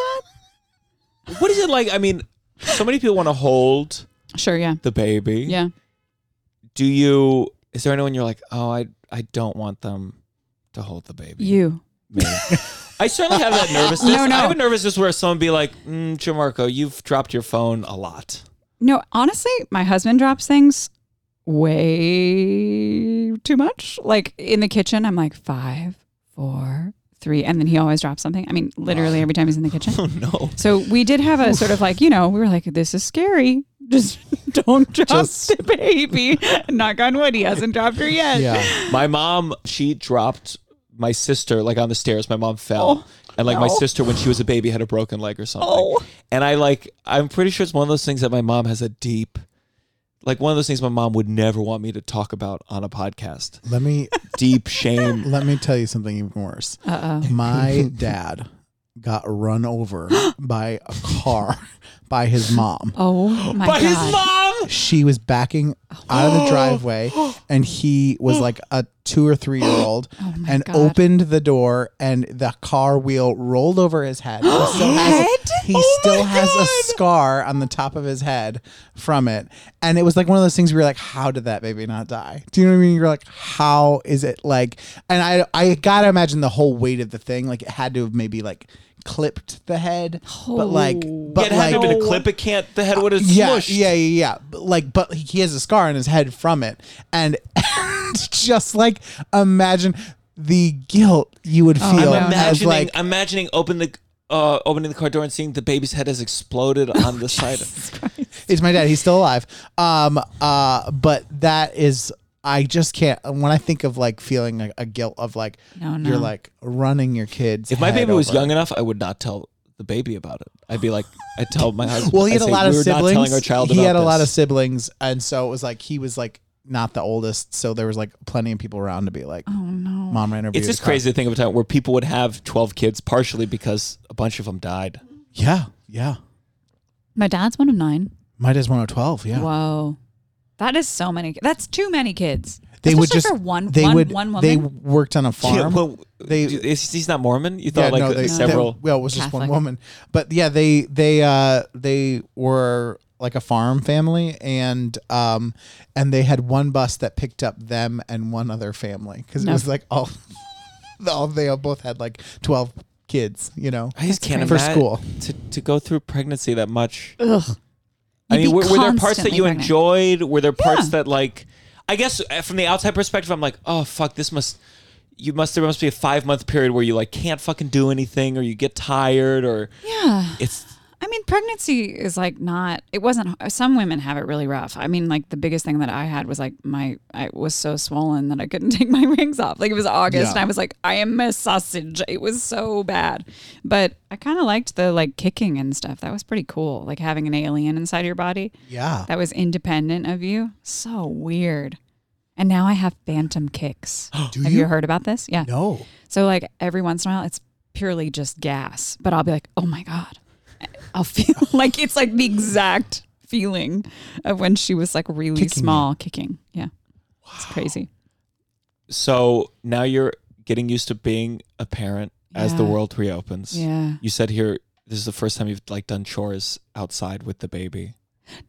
had. What is it like? I mean, so many people want to hold Sure. Yeah. the baby. Yeah. Do you? Is there anyone you're like, oh, I I don't want them to hold the baby? You. Me. I certainly have that nervousness. No, no. I have a nervousness where someone be like, mm, Jamarco, you've dropped your phone a lot. No, honestly, my husband drops things way too much. Like in the kitchen, I'm like five, four, three, and then he always drops something. I mean, literally every time he's in the kitchen. Oh no. So we did have a sort of like, you know, we were like, this is scary. Just don't drop Just- the baby. Knock on wood, he hasn't dropped her yet. Yeah. My mom, she dropped my sister like on the stairs. My mom fell. and like my Oh, no. sister when she was a baby had a broken leg or something. Oh. And I like I'm pretty sure it's one of those things that my mom has a deep like one of those things my mom would never want me to talk about on a podcast. Let me Deep shame. let me tell you something even worse. Uh oh. My dad got run over by a car by his mom. Oh my but god. his mom She was backing out of the driveway and he was like a 2 or 3 year old Oh my and God. opened the door and the car wheel rolled over his head. He still has, he Oh still has a scar on the top of his head from it. And it was like one of those things where you're like how did that baby not die? Do you know what I mean? You're like how is it like and I I got to imagine the whole weight of the thing like it had to have maybe like clipped the head but like but it had to like have been a clip, it can't the head would have yeah, smushed. Yeah, yeah, yeah. But like, but he has a scar on his head from it, and just like imagine the guilt you would feel Oh, I'm as Imagining like imagining open the uh, opening the car door and seeing the baby's head has exploded on the side. of it's my dad. He's still alive. Um. Uh. But that is. I just can't. When I think of like feeling a, a guilt of like No, no. you're like running your kids. If my head baby was over. young enough, I would not tell the baby about it. I'd be like, I'd tell my husband. well, he I'd had a say, lot of "We were siblings. Not telling our child he about had a lot this." of siblings, and so it was like he was like not the oldest, so there was like plenty of people around to be like, Oh no. "Mom ran over." It's you just with a car." crazy to think of a time where people would have 12 kids, partially because a bunch of them died. Yeah, yeah. My dad's one of nine. My dad's one of twelve. Yeah, Whoa. That is so many. That's too many kids. they would Especially just for one, they one, would one woman. they worked on a farm. Yeah, well, They- is, he's not Mormon. You Yeah, thought like no, they, several. they- well, it was just one Catholic. woman, but yeah, they they uh they were like a farm family, and um and they had one bus that picked up them and one other family because No. it was like all all they all both had like twelve kids, you know, I just can't For imagine school. to, to go through pregnancy that much. Ugh. I You'd mean, be were, were there parts that constantly you pregnant. enjoyed? Were there parts Yeah. that like? I guess uh, from the outside perspective, I'm like, oh fuck, this must. You must there must be a five month period where you like can't fucking do anything or you get tired or Yeah. it's I mean, pregnancy is like not. It wasn't. Some women have it really rough. I mean, like the biggest thing that I had was like my. I was so swollen that I couldn't take my rings off. Like it was August, Yeah. and I was like, I am a sausage. It was so bad, but I kind of liked the like kicking and stuff. That was pretty cool. Like having an alien inside your body yeah, that was independent of you. So weird. And now I have phantom kicks. Do have you? you? heard about this? Yeah. no, So like every once in a while, it's purely just gas, but I'll be like, oh my god, I'll feel like it's like the exact feeling of when she was like really Kicking small, kicking. Yeah, it's crazy. so now you're getting used to being a parent as the Yeah. world reopens. Yeah. You said here this is the first time you've like done chores outside with the baby.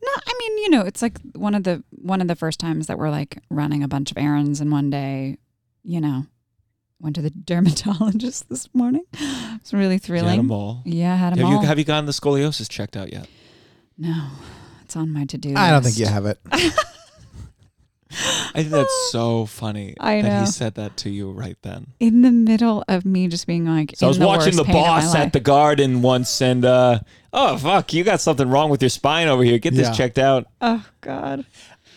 No, I mean, you know, it's like one of the one of the first times that we're like running a bunch of errands in one day. You know, went to the dermatologist this morning. It's really You had thrilling. 'em all. Yeah, I had them Have all. you have you gotten the scoliosis checked out yet? no, it's on my to do. I don't think you have it. I think that's so funny Ah. I that know. he said that to you right then. in the middle of me just being like, So I in was watching worst the pain of my boss life. at the garden once, and uh, oh fuck, you got something wrong with your spine over here. Get Yeah. this checked out. Oh God.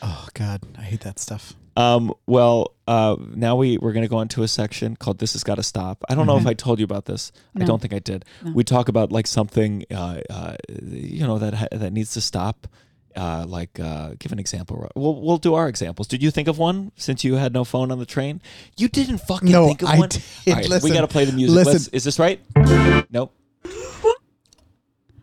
Oh God, I hate that stuff. Um, well, uh, now we we're gonna go on to a section called "This Has Got to Stop." I don't know if I told you about this. I Mm-hmm. No. don't think I did. We talk about like something, uh, uh, you know, that ha- that needs to stop. Uh, like, uh, give an example. We'll we'll do our examples. Did you think of one since you had no phone on the train? You didn't fucking No, think of I one. did. All right, Listen. we gotta play the music. Listen. Let's- is this right? Nope.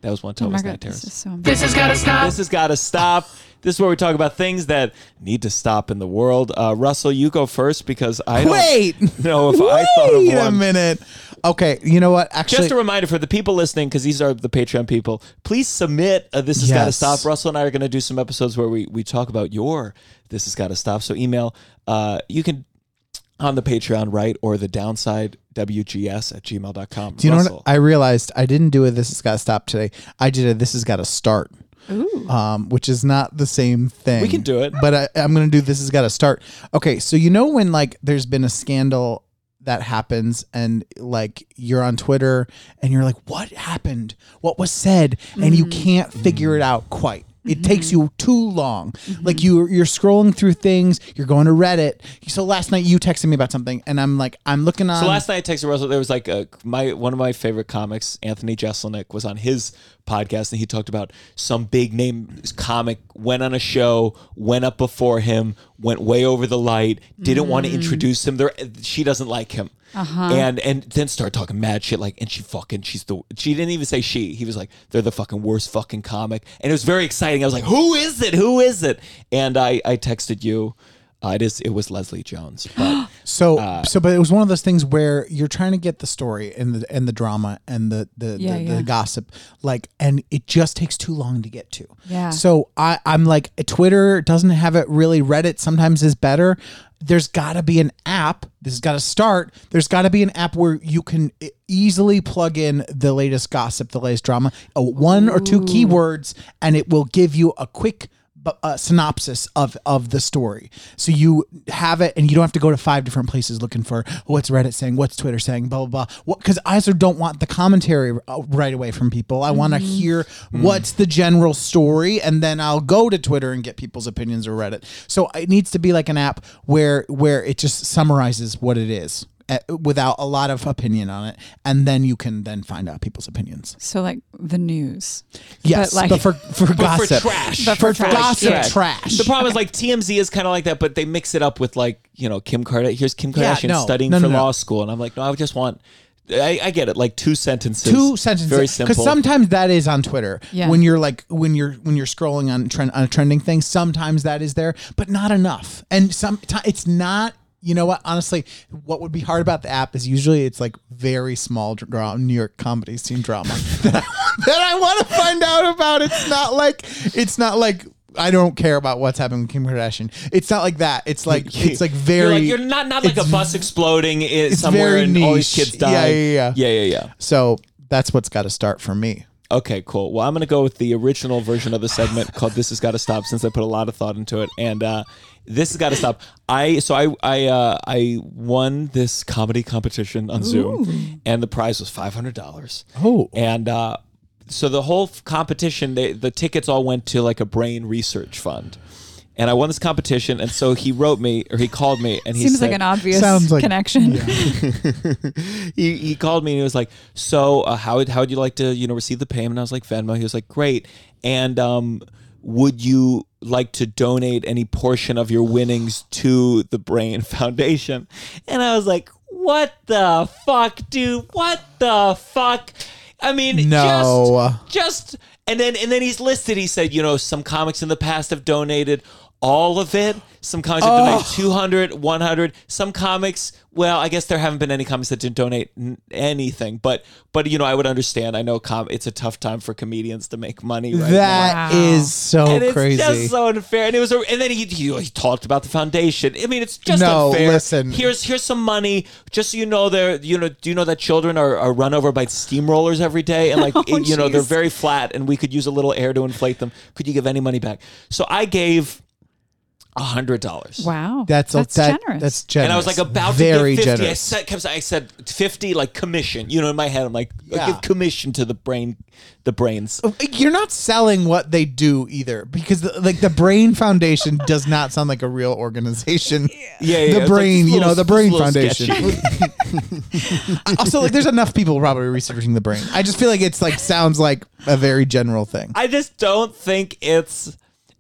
That was one Oh my Toby's Night God. Terrors. This is so This has got to stop. This has got to stop. This is where we talk about things that need to stop in the world. Uh, Russell, you go first because I don't Wait, know if I thought of wait a one. minute. Okay, you know what? Actually, Just a reminder for the people listening, because these are the Patreon people. Please submit. Uh, this has got to Yes. stop. Russell and I are going to do some episodes where we we talk about your this has got to stop. So email. Uh, you can on the Patreon, right, or the downside wgs at gmail.com. Do you know Russell, what I realized? I didn't do a this has got to stop today. I did a this has got to start, um, which is not the same thing. We can do it. but I, I'm going to do this has got to start. Okay, so you know when like there's been a scandal that happens and like you're on Twitter and you're like, what happened? What was said? And you can't figure it out quite. It takes you too long. Like you, you're scrolling through things. You're going to Reddit. So last night you texted me about something, and I'm like, I'm looking on. So last night I texted Russell. There was like a, my one of my favorite comics, Anthony Jeselnik, was on his podcast and he talked about some big name comic went on a show, went up before him, went way over the light, didn't want to introduce him. There, she doesn't like him, and and then start talking mad shit like, and she fucking she's the she didn't even say she. He was like, they're the fucking worst fucking comic, and it was very exciting. I was like, who is it? Who is it? And I I texted you. Uh, it is. It was Leslie Jones. But So so but it was one of those things where you're trying to get the story and the and the drama and the the, Yeah, the, yeah. the gossip like and it just takes too long to get to. Yeah. So I I'm like uh, Twitter doesn't have it really Reddit sometimes is better. There's got to be an app. This has got to start. There's got to be an app where you can e- easily plug in the latest gossip, the latest drama, uh, one or two keywords, and it will give you a quick bu- uh, synopsis of of the story. So you have it, and you don't have to go to five different places looking for what's Reddit saying, what's Twitter saying, blah blah blah. Because I also don't want the commentary uh, right away from people. I want to Mm-hmm. hear what's the general story, and then I'll go to Twitter and get people's opinions or Reddit. So it needs to be like an app where where it just summarizes what it is. uh, Without a lot of opinion on it, and then you can then find out people's opinions. So like the news. Yes, but, like- for for for gossip, trash. But for, for trash, gossip, yeah. trash. The problem is like TMZ is kind of like that, but they mix it up with like you know Kim Kardashian. Here's Kim Yeah, Kardashian no. studying No, for no, no. law school, and I'm like, no, I just want. I, I get it, like two sentences. two sentences Very simple. because sometimes that is on twitter Yeah. when you're like when you're when you're scrolling on trend on a trending thing sometimes that is there but not enough and some it's not you know what honestly what would be hard about the app is usually it's like very small dr- dra- new york comedy scene drama that i, that I want to find out about it's not like it's not like I don't care about what's happening with Kim Kardashian. It's not like that. It's like You- it's like You're, very. like, you're not not like a it's- bus exploding i- it's somewhere very and all these niche. kids die. Yeah, yeah, yeah, yeah, yeah. So that's what's got to start for me. Okay, cool. Well, I'm going to go with the original version of the segment called "This Has Got to Stop" since I put a lot of thought into it, and uh, this has got to stop. I so I I uh, I won this comedy competition on Zoom, and the prize was five hundred dollars. Oh. and uh, so the whole f- competition, they, the tickets all went to like a brain research fund. And I won this competition, and so he wrote me or he called me, and he Seems said, like an obvious Sounds like- connection. he, he called me and he was like, "So uh, how would how would you like to you know receive the payment?" I was like, "Venmo." He was like, "Great." And um, would you like to donate any portion of your winnings to the Brain Foundation? And I was like, "What the fuck, dude? What the fuck?" I mean, No. just just and then and then he's listed. He said, you know, some comics in the past have donated all of it. Some comics have donated 200, 100. Some comics, well, I guess there haven't been any comics that didn't donate n- anything. But but you know, I would understand. I know com- it's a tough time for comedians to make money right now That is Wow. so and it's crazy. just so unfair. And it was, a, and then he, he he talked about the foundation. I mean, it's just No, unfair. listen. here's here's some money, just so you know. They're you know, do you know that children are, are run over by steamrollers every day, and like Oh, it- you know, they're jeez. very flat, and we could use a little air to inflate them. Could you give any money back? So I gave a hundred dollars. Wow. that's that's that- generous. That's generous. And I was like about to very give 50. generous. I said, kept, saying- I said 50 like commission. You know, in my head, I'm like, Yeah. Oh. I give commission to the brain, the brains. You're not selling what they do either, because the, like the Brain Foundation does not sound like a real organization. Yeah, yeah, yeah. the It's like Brain, this you know, little- the this Brain little Foundation. sketchy. also, like, there's enough people probably researching the brain. I just feel like it's like sounds like a very general thing. I just don't think it's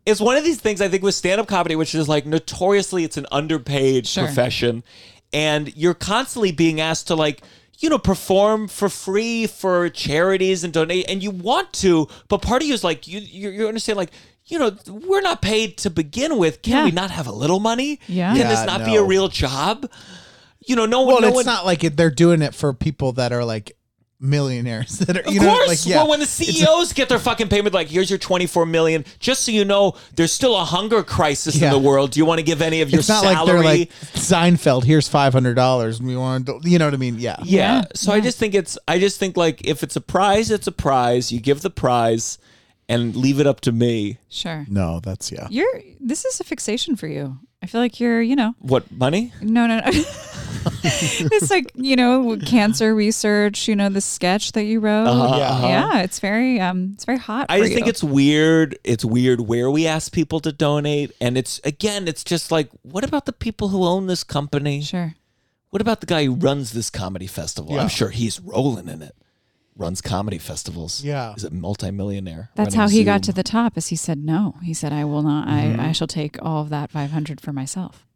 it's one of these things I think with stand up comedy, which is like notoriously it's an underpaid Sure. profession, and you're constantly being asked to like you know perform for free for charities and donate, and you want to, but part of you is like you you, you understand like. You know, we're not paid to begin with. Can Yeah. we not have a little money? Yeah. Can this Yeah, not be a no. real job? You know, no one. well, no it's one, not like it, they're doing it for people that are like millionaires that are you of know course. like yeah. Well, when the CEOs get their fucking payment, like here's your twenty four million, just so you know, there's still a hunger crisis Yeah. in the world. Do you want to give any of your it's not salary? like they're like Seinfeld. Here's five hundred dollars. We want to, you know what I mean? Yeah. yeah. Yeah, So I just think it's. I just think like if it's a prize, it's a prize. You give the prize, and leave it up to me. sure. No, that's yeah. You're this is a fixation for you. I feel like you're, you know, What money? no, no, no. this like, you know, cancer research, you know, the sketch that you wrote. Yeah. uh-huh. Yeah, it's very um it's very hot. I for just think you. it's weird. It's weird where we ask people to donate, and it's again, it's just like, what about the people who own this company? sure. What about the guy who runs this comedy festival? Yeah. I'm sure he's rolling in it. Runs comedy festivals. Yeah. He's a multimillionaire. That's how he got to the top is he said no. He said I will not Mm-hmm. I, I shall take all of that 500 for myself.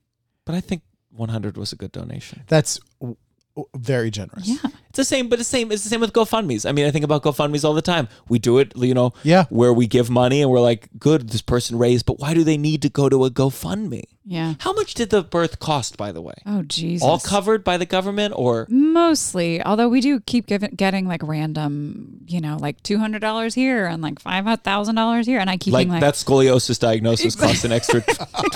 But I think 100 was a good donation. That's w- w- very generous. Yeah. It's the same, but the same. It's the same with GoFundmes. I mean, I think about GoFundmes all the time. We do it, you know, Yeah. where we give money and we're like, good, this person raised, but why do they need to go to a GoFundMe? Yeah. How much did the birth cost, by the way? Oh Jesus. All covered by the government, or Mostly, although we do keep giving, getting like random, you know, like two hundred dollars here and like five thousand dollars here, and I keep like, being like that scoliosis diagnosis costs an extra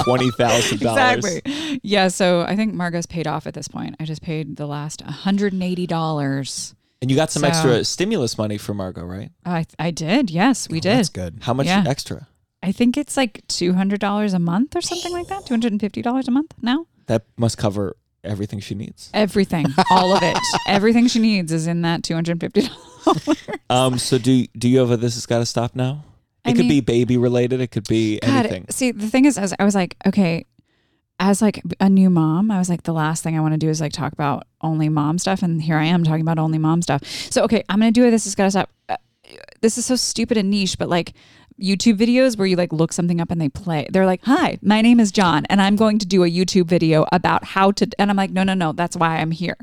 twenty thousand dollars? exactly. Yeah, so I think Margot's paid off at this point. I just paid the last one hundred and eighty dollars. And you got some So- extra stimulus money for Margot, right? I I did. Yes, Oh, we did. That's good. How much Yeah. extra? I think it's like two hundred dollars a month or something like that. Two hundred and fifty dollars a month now. That must cover everything she needs. Everything, all of it, everything she needs is in that two hundred and fifty dollars. Um. So do do you have a this has got to stop now? It I could be mean- baby related. It could be God, anything. see, the thing is, as I was like, okay, as like a new mom, I was like, the last thing I want to do is like talk about only mom stuff, and here I am talking about only mom stuff. So okay, I'm gonna do it. This is gotta stop. Uh, this is so stupid and niche, but like YouTube videos where you like look something up and they play. They're like, "Hi, my name is John, and I'm going to do a YouTube video about how to." And I'm like, "No, no, no. That's why I'm here."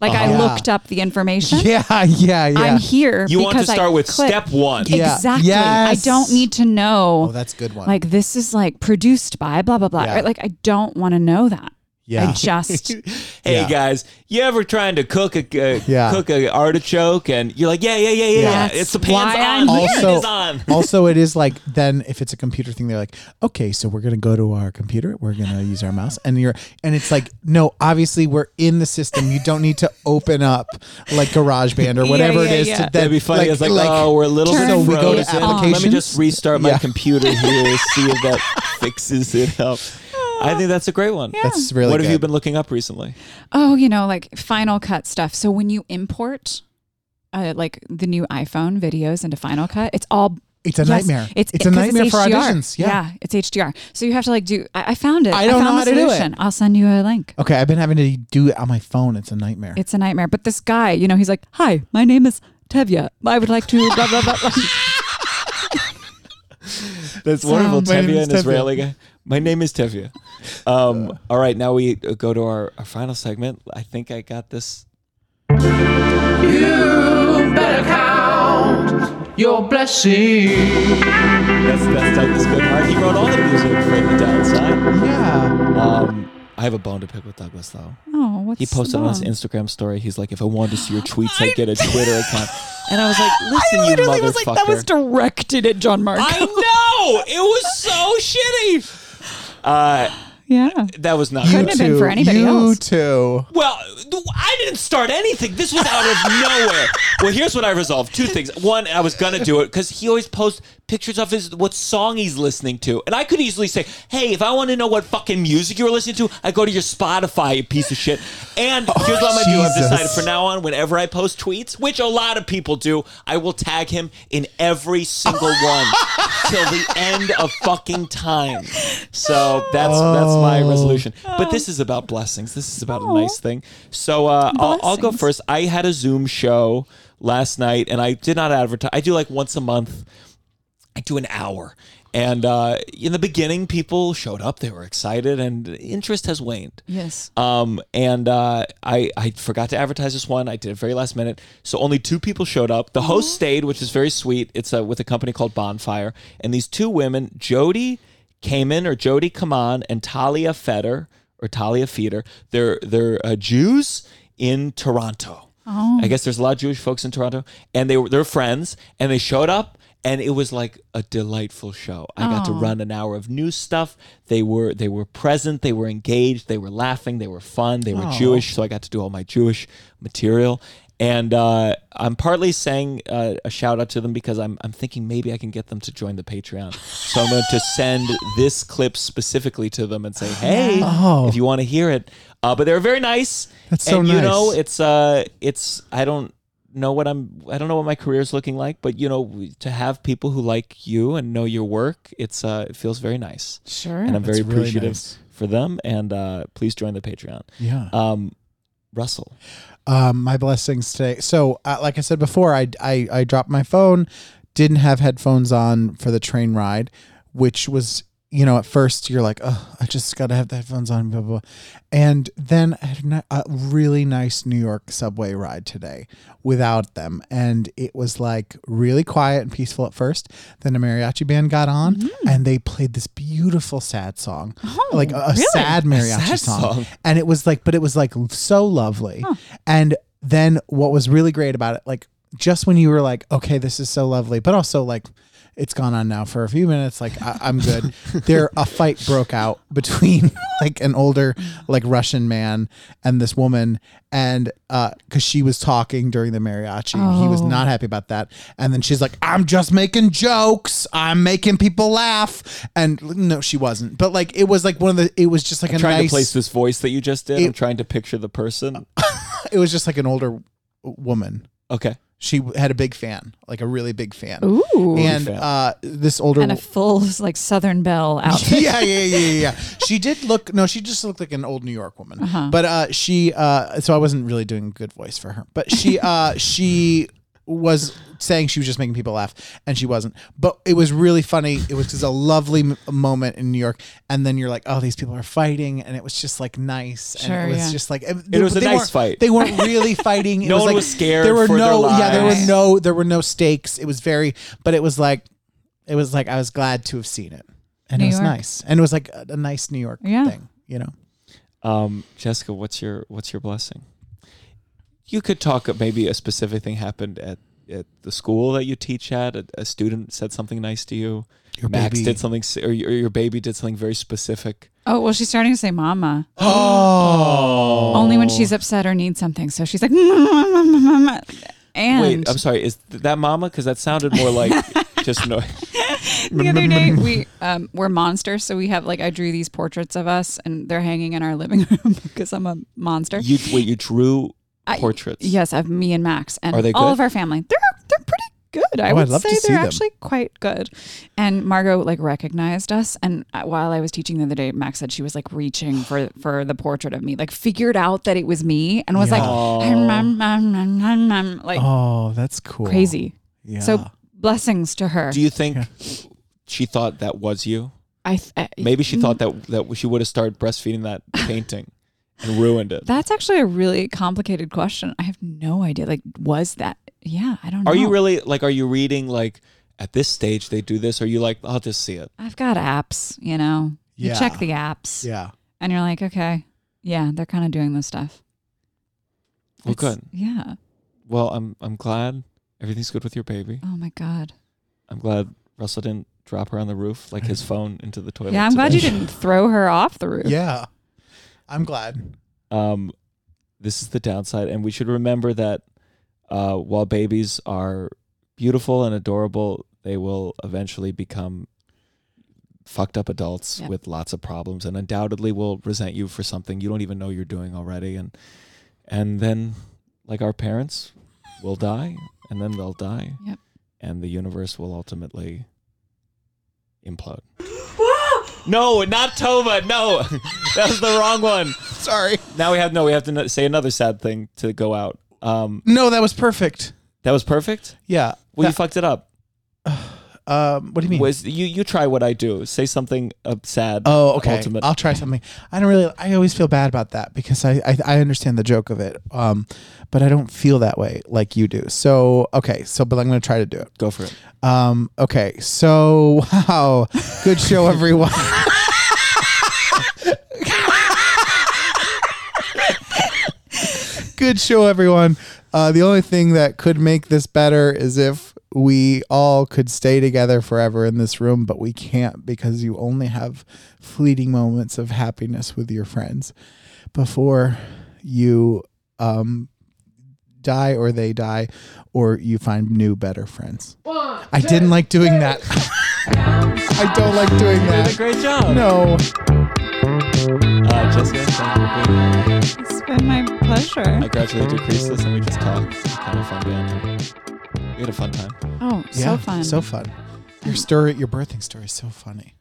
Like I Uh-huh. looked up the information. Yeah. Yeah. Yeah. I'm here. You want to because I start with clicked. step one. Yeah. Exactly. Yes. I don't need to know oh, that's a good one. like this is like produced by blah blah blah Yeah. right like i don't want to know that Yeah. I just Hey Yeah. guys, you ever trying to cook a uh, Yeah. cook a artichoke and you're like, yeah, yeah, yeah, yeah, yeah. That's it's the pan's why on, I'm the here. pan also, is on. also, it is like then if it's a computer thing, they're like, okay, so we're gonna go to our computer, we're gonna use our mouse, and you're, and it's like, no, obviously we're in the system. You don't need to open up like GarageBand or Yeah, whatever yeah, it is. yeah. To, That'd be funny. it's like, oh, we're a little turn bit So we go to frozen. Let me applications? just restart my Yeah. computer here, see if that fixes it up. I think that's a great one. That's really what have you good. been looking up recently? oh, you know, like Final Cut stuff. So when you import uh, like the new iPhone videos into Final Cut, it's all It's a Yes, nightmare. It's, It's a 'cause nightmare for HDR. auditions. Yeah. it's HDR. So you have to like do. I, I found it. I don't found know how the to do it. Oh. solution. I'll send you a link. Okay, I've been having to do it on my phone. It's a nightmare. It's a nightmare. But this guy, you know, he's like, "Hi, my name is Tevya. I would like to blah blah blah." blah." That's wonderful. My name Tevye, is an Tevye. Israeli guy. My name is Tevye. Um, all right, now we uh, go to our, our final segment. I think I got this. Your blessing. That's that's how this good part. He wrote all the music for the downside. yeah. Um, I have a bone to pick with Douglas though. Oh, what's He posted on his wrong? Instagram story. He's like, if I wanted to see your tweets, I'd get a Twitter account. And I was like, listen, you motherfucker. that was directed at John Mark. I know it was so shitty. Uh, yeah. that was not. Couldn't Good. have been for anybody you else. too. Well, th- I didn't start anything. This was out of nowhere. Well, here's what I resolved: two things. One, I was gonna do it because he always posts pictures of his what song he's listening to, and I could easily say, "Hey, if I want to know what fucking music you're listening to, I go to your Spotify, you piece of shit." And here's what I'm gonna do: I've Jesus. decided for now on, whenever I post tweets, which a lot of people do, I will tag him in every single one till the end of fucking time. So that's that's my resolution. But this is about blessings. This is about a nice thing. So uh, I'll, I'll go Blessings. first. I had a Zoom show last night, and I did not advertise. I do like once a month. I do an hour. And uh, in the beginning, people showed up. They were excited, and interest has waned. Yes. Um, and uh, I, I forgot to advertise this one. I did it very last minute. So only two people showed up. The host stayed, which is very sweet. It's uh, with a company called Bonfire. And these two women, Jody Kamen or Jody Kaman and Talia Feder or Talia Feeder, they're, they're uh, Jews in Toronto. I guess there's a lot of Jewish folks in Toronto, and they were they're friends, and they showed up, and it was like a delightful show. I got to run an hour of new stuff. They were they were present, they were engaged, they were laughing, they were fun, they were Jewish, so I got to do all my Jewish material. And uh, I'm partly saying uh, a shout out to them because I'm, I'm thinking maybe I can get them to join the Patreon. So I'm going to send this clip specifically to them and say, hey, if you want to hear it. Uh, but they were very nice. That's so and you know, nice. it's uh it's i don't know what i'm i don't know what my career is looking like but you know we- to have people who like you and know your work it's uh it feels very nice Sure. and i'm That's very really appreciative nice. for them and uh please join the patreon Yeah. um russell um, my blessings today. So, uh, like I said before, I, I I dropped my phone, didn't have headphones on for the train ride, which was you know at first you're like, oh, I just gotta have the headphones on, blah blah, blah. and then I had a ni- a really nice New York subway ride today without them, and it was like really quiet and peaceful at first. Then a mariachi band got on, and they played this beautiful sad song, like Oh, a, a sad mariachi sad song song. and it was like but it was like so lovely and then what was really great about it like just when you were like okay this is so lovely but also like it's gone on now for a few minutes like I, i'm good there a fight broke out between like an older like russian man and this woman and uh because she was talking during the mariachi and he was Oh. not not happy about that. And then she's like, I'm just making jokes. I'm making people laugh. And no, she wasn't. But like, it was like one of the, it was just like a trying nice, to place this voice that you just did i'm It- trying to picture the person it was just like an older woman. okay She had a big fan, like a really big fan. Ooh. And, And fan. uh, this older a full like Southern Belle outfit. yeah, yeah, yeah, yeah, yeah. She did look. No, she just looked like an old New York woman. Uh-huh. But uh, she. Uh, so I wasn't really doing a good voice for her. But she. Uh, she was saying she was just making people laugh, and she wasn't. But it was really funny. It was just a lovely m- moment in New York, and then you're like, oh, these people are fighting, and it was just like nice, Sure, and it was yeah. just like it, was a they nice weren't- fight. They weren't really fighting. It No one like- was scared There were for their no. Yeah, there were lives. no. There were no stakes. It was very. But it was like it was like I was glad to have seen it, and New it was York. nice, and it was like a, a nice New York Yeah. thing, you know. Um, Jessica, what's your what's your blessing? You could talk of maybe a specific thing happened at, at the school that you teach at. A, a student said something nice to you. Your Max baby. did something, s- or your, or your baby did something very specific. Oh, well, she's starting to say mama. Oh. Only when she's upset or needs something. So she's like, and Wait, I'm sorry. Is th- that mama? Because that sounded more like just no. the other day we um, we're monsters. So we have like, I drew these portraits of us and they're hanging in our living room because I'm a monster. You wait. You drew I- portraits. yes, of me and Max and Are they all good? of our family. They're they're pretty good. Oh, I I'd would love to say see they're them. actually quite good. And Margot like recognized us. And uh, while I was teaching the other day, Max said she was like reaching for for the portrait of me, like figured out that it was me, and was like, "Mm, mm, mm, mm, mm, mm," like Oh, that's cool. crazy. Yeah. So blessings to her. Do you think she thought that was you? I, th- I Maybe she thought that that she would have started breastfeeding that painting and ruined it. that's actually a really complicated question. I have no idea. Like, was that? Yeah, I don't know. Are you really like? Are you reading like at this stage they do this? Or are you like I'll just see it? I've got apps, you know. Yeah. You check the apps. Yeah. And you're like, okay, yeah, they're kind of doing this stuff. Well, It's- good. Yeah. Well, I'm I'm glad everything's good with your baby. Oh my God. I'm glad Russell didn't drop her on the roof like his phone into the toilet. yeah, I'm glad you didn't throw her off the roof. Yeah. I'm glad. um, this is the downside, and we should remember that uh, while babies are beautiful and adorable, they will eventually become fucked up adults Yeah. with lots of problems, and undoubtedly will resent you for something you don't even know you're doing already, and and then like our parents will die, and then they'll die, Yep. and the universe will ultimately implode. No, not Tova. No, that was the wrong one. Sorry. Now we have no. We have to n- say another sad thing to go out. Um, No, that was perfect. that was perfect. Yeah. Well, you That- fucked it up. um, what do you mean? Was you? You try what I do. Say something uh, sad. Oh, okay. Ultimate. I'll try something. I don't really. I always feel bad about that because I, I I understand the joke of it, um, but I don't feel that way like you do. So okay. So, but I'm gonna try to do it. Go for it. Um, okay. So wow, good show, everyone. good show, everyone. Uh, the only thing that could make this better is if we all could stay together forever in this room, but we can't because you only have fleeting moments of happiness with your friends before you um, die or they die or you find new, better friends. I didn't like doing that. I don't like doing Did a that. great job. No. Uh, Jessica, thank you for being here. It's been my pleasure. I gradually decreased this, and we just talked. It's kind of fun banter. We had a fun time. Oh, so fun. So fun. Your story, your birthing story is so funny.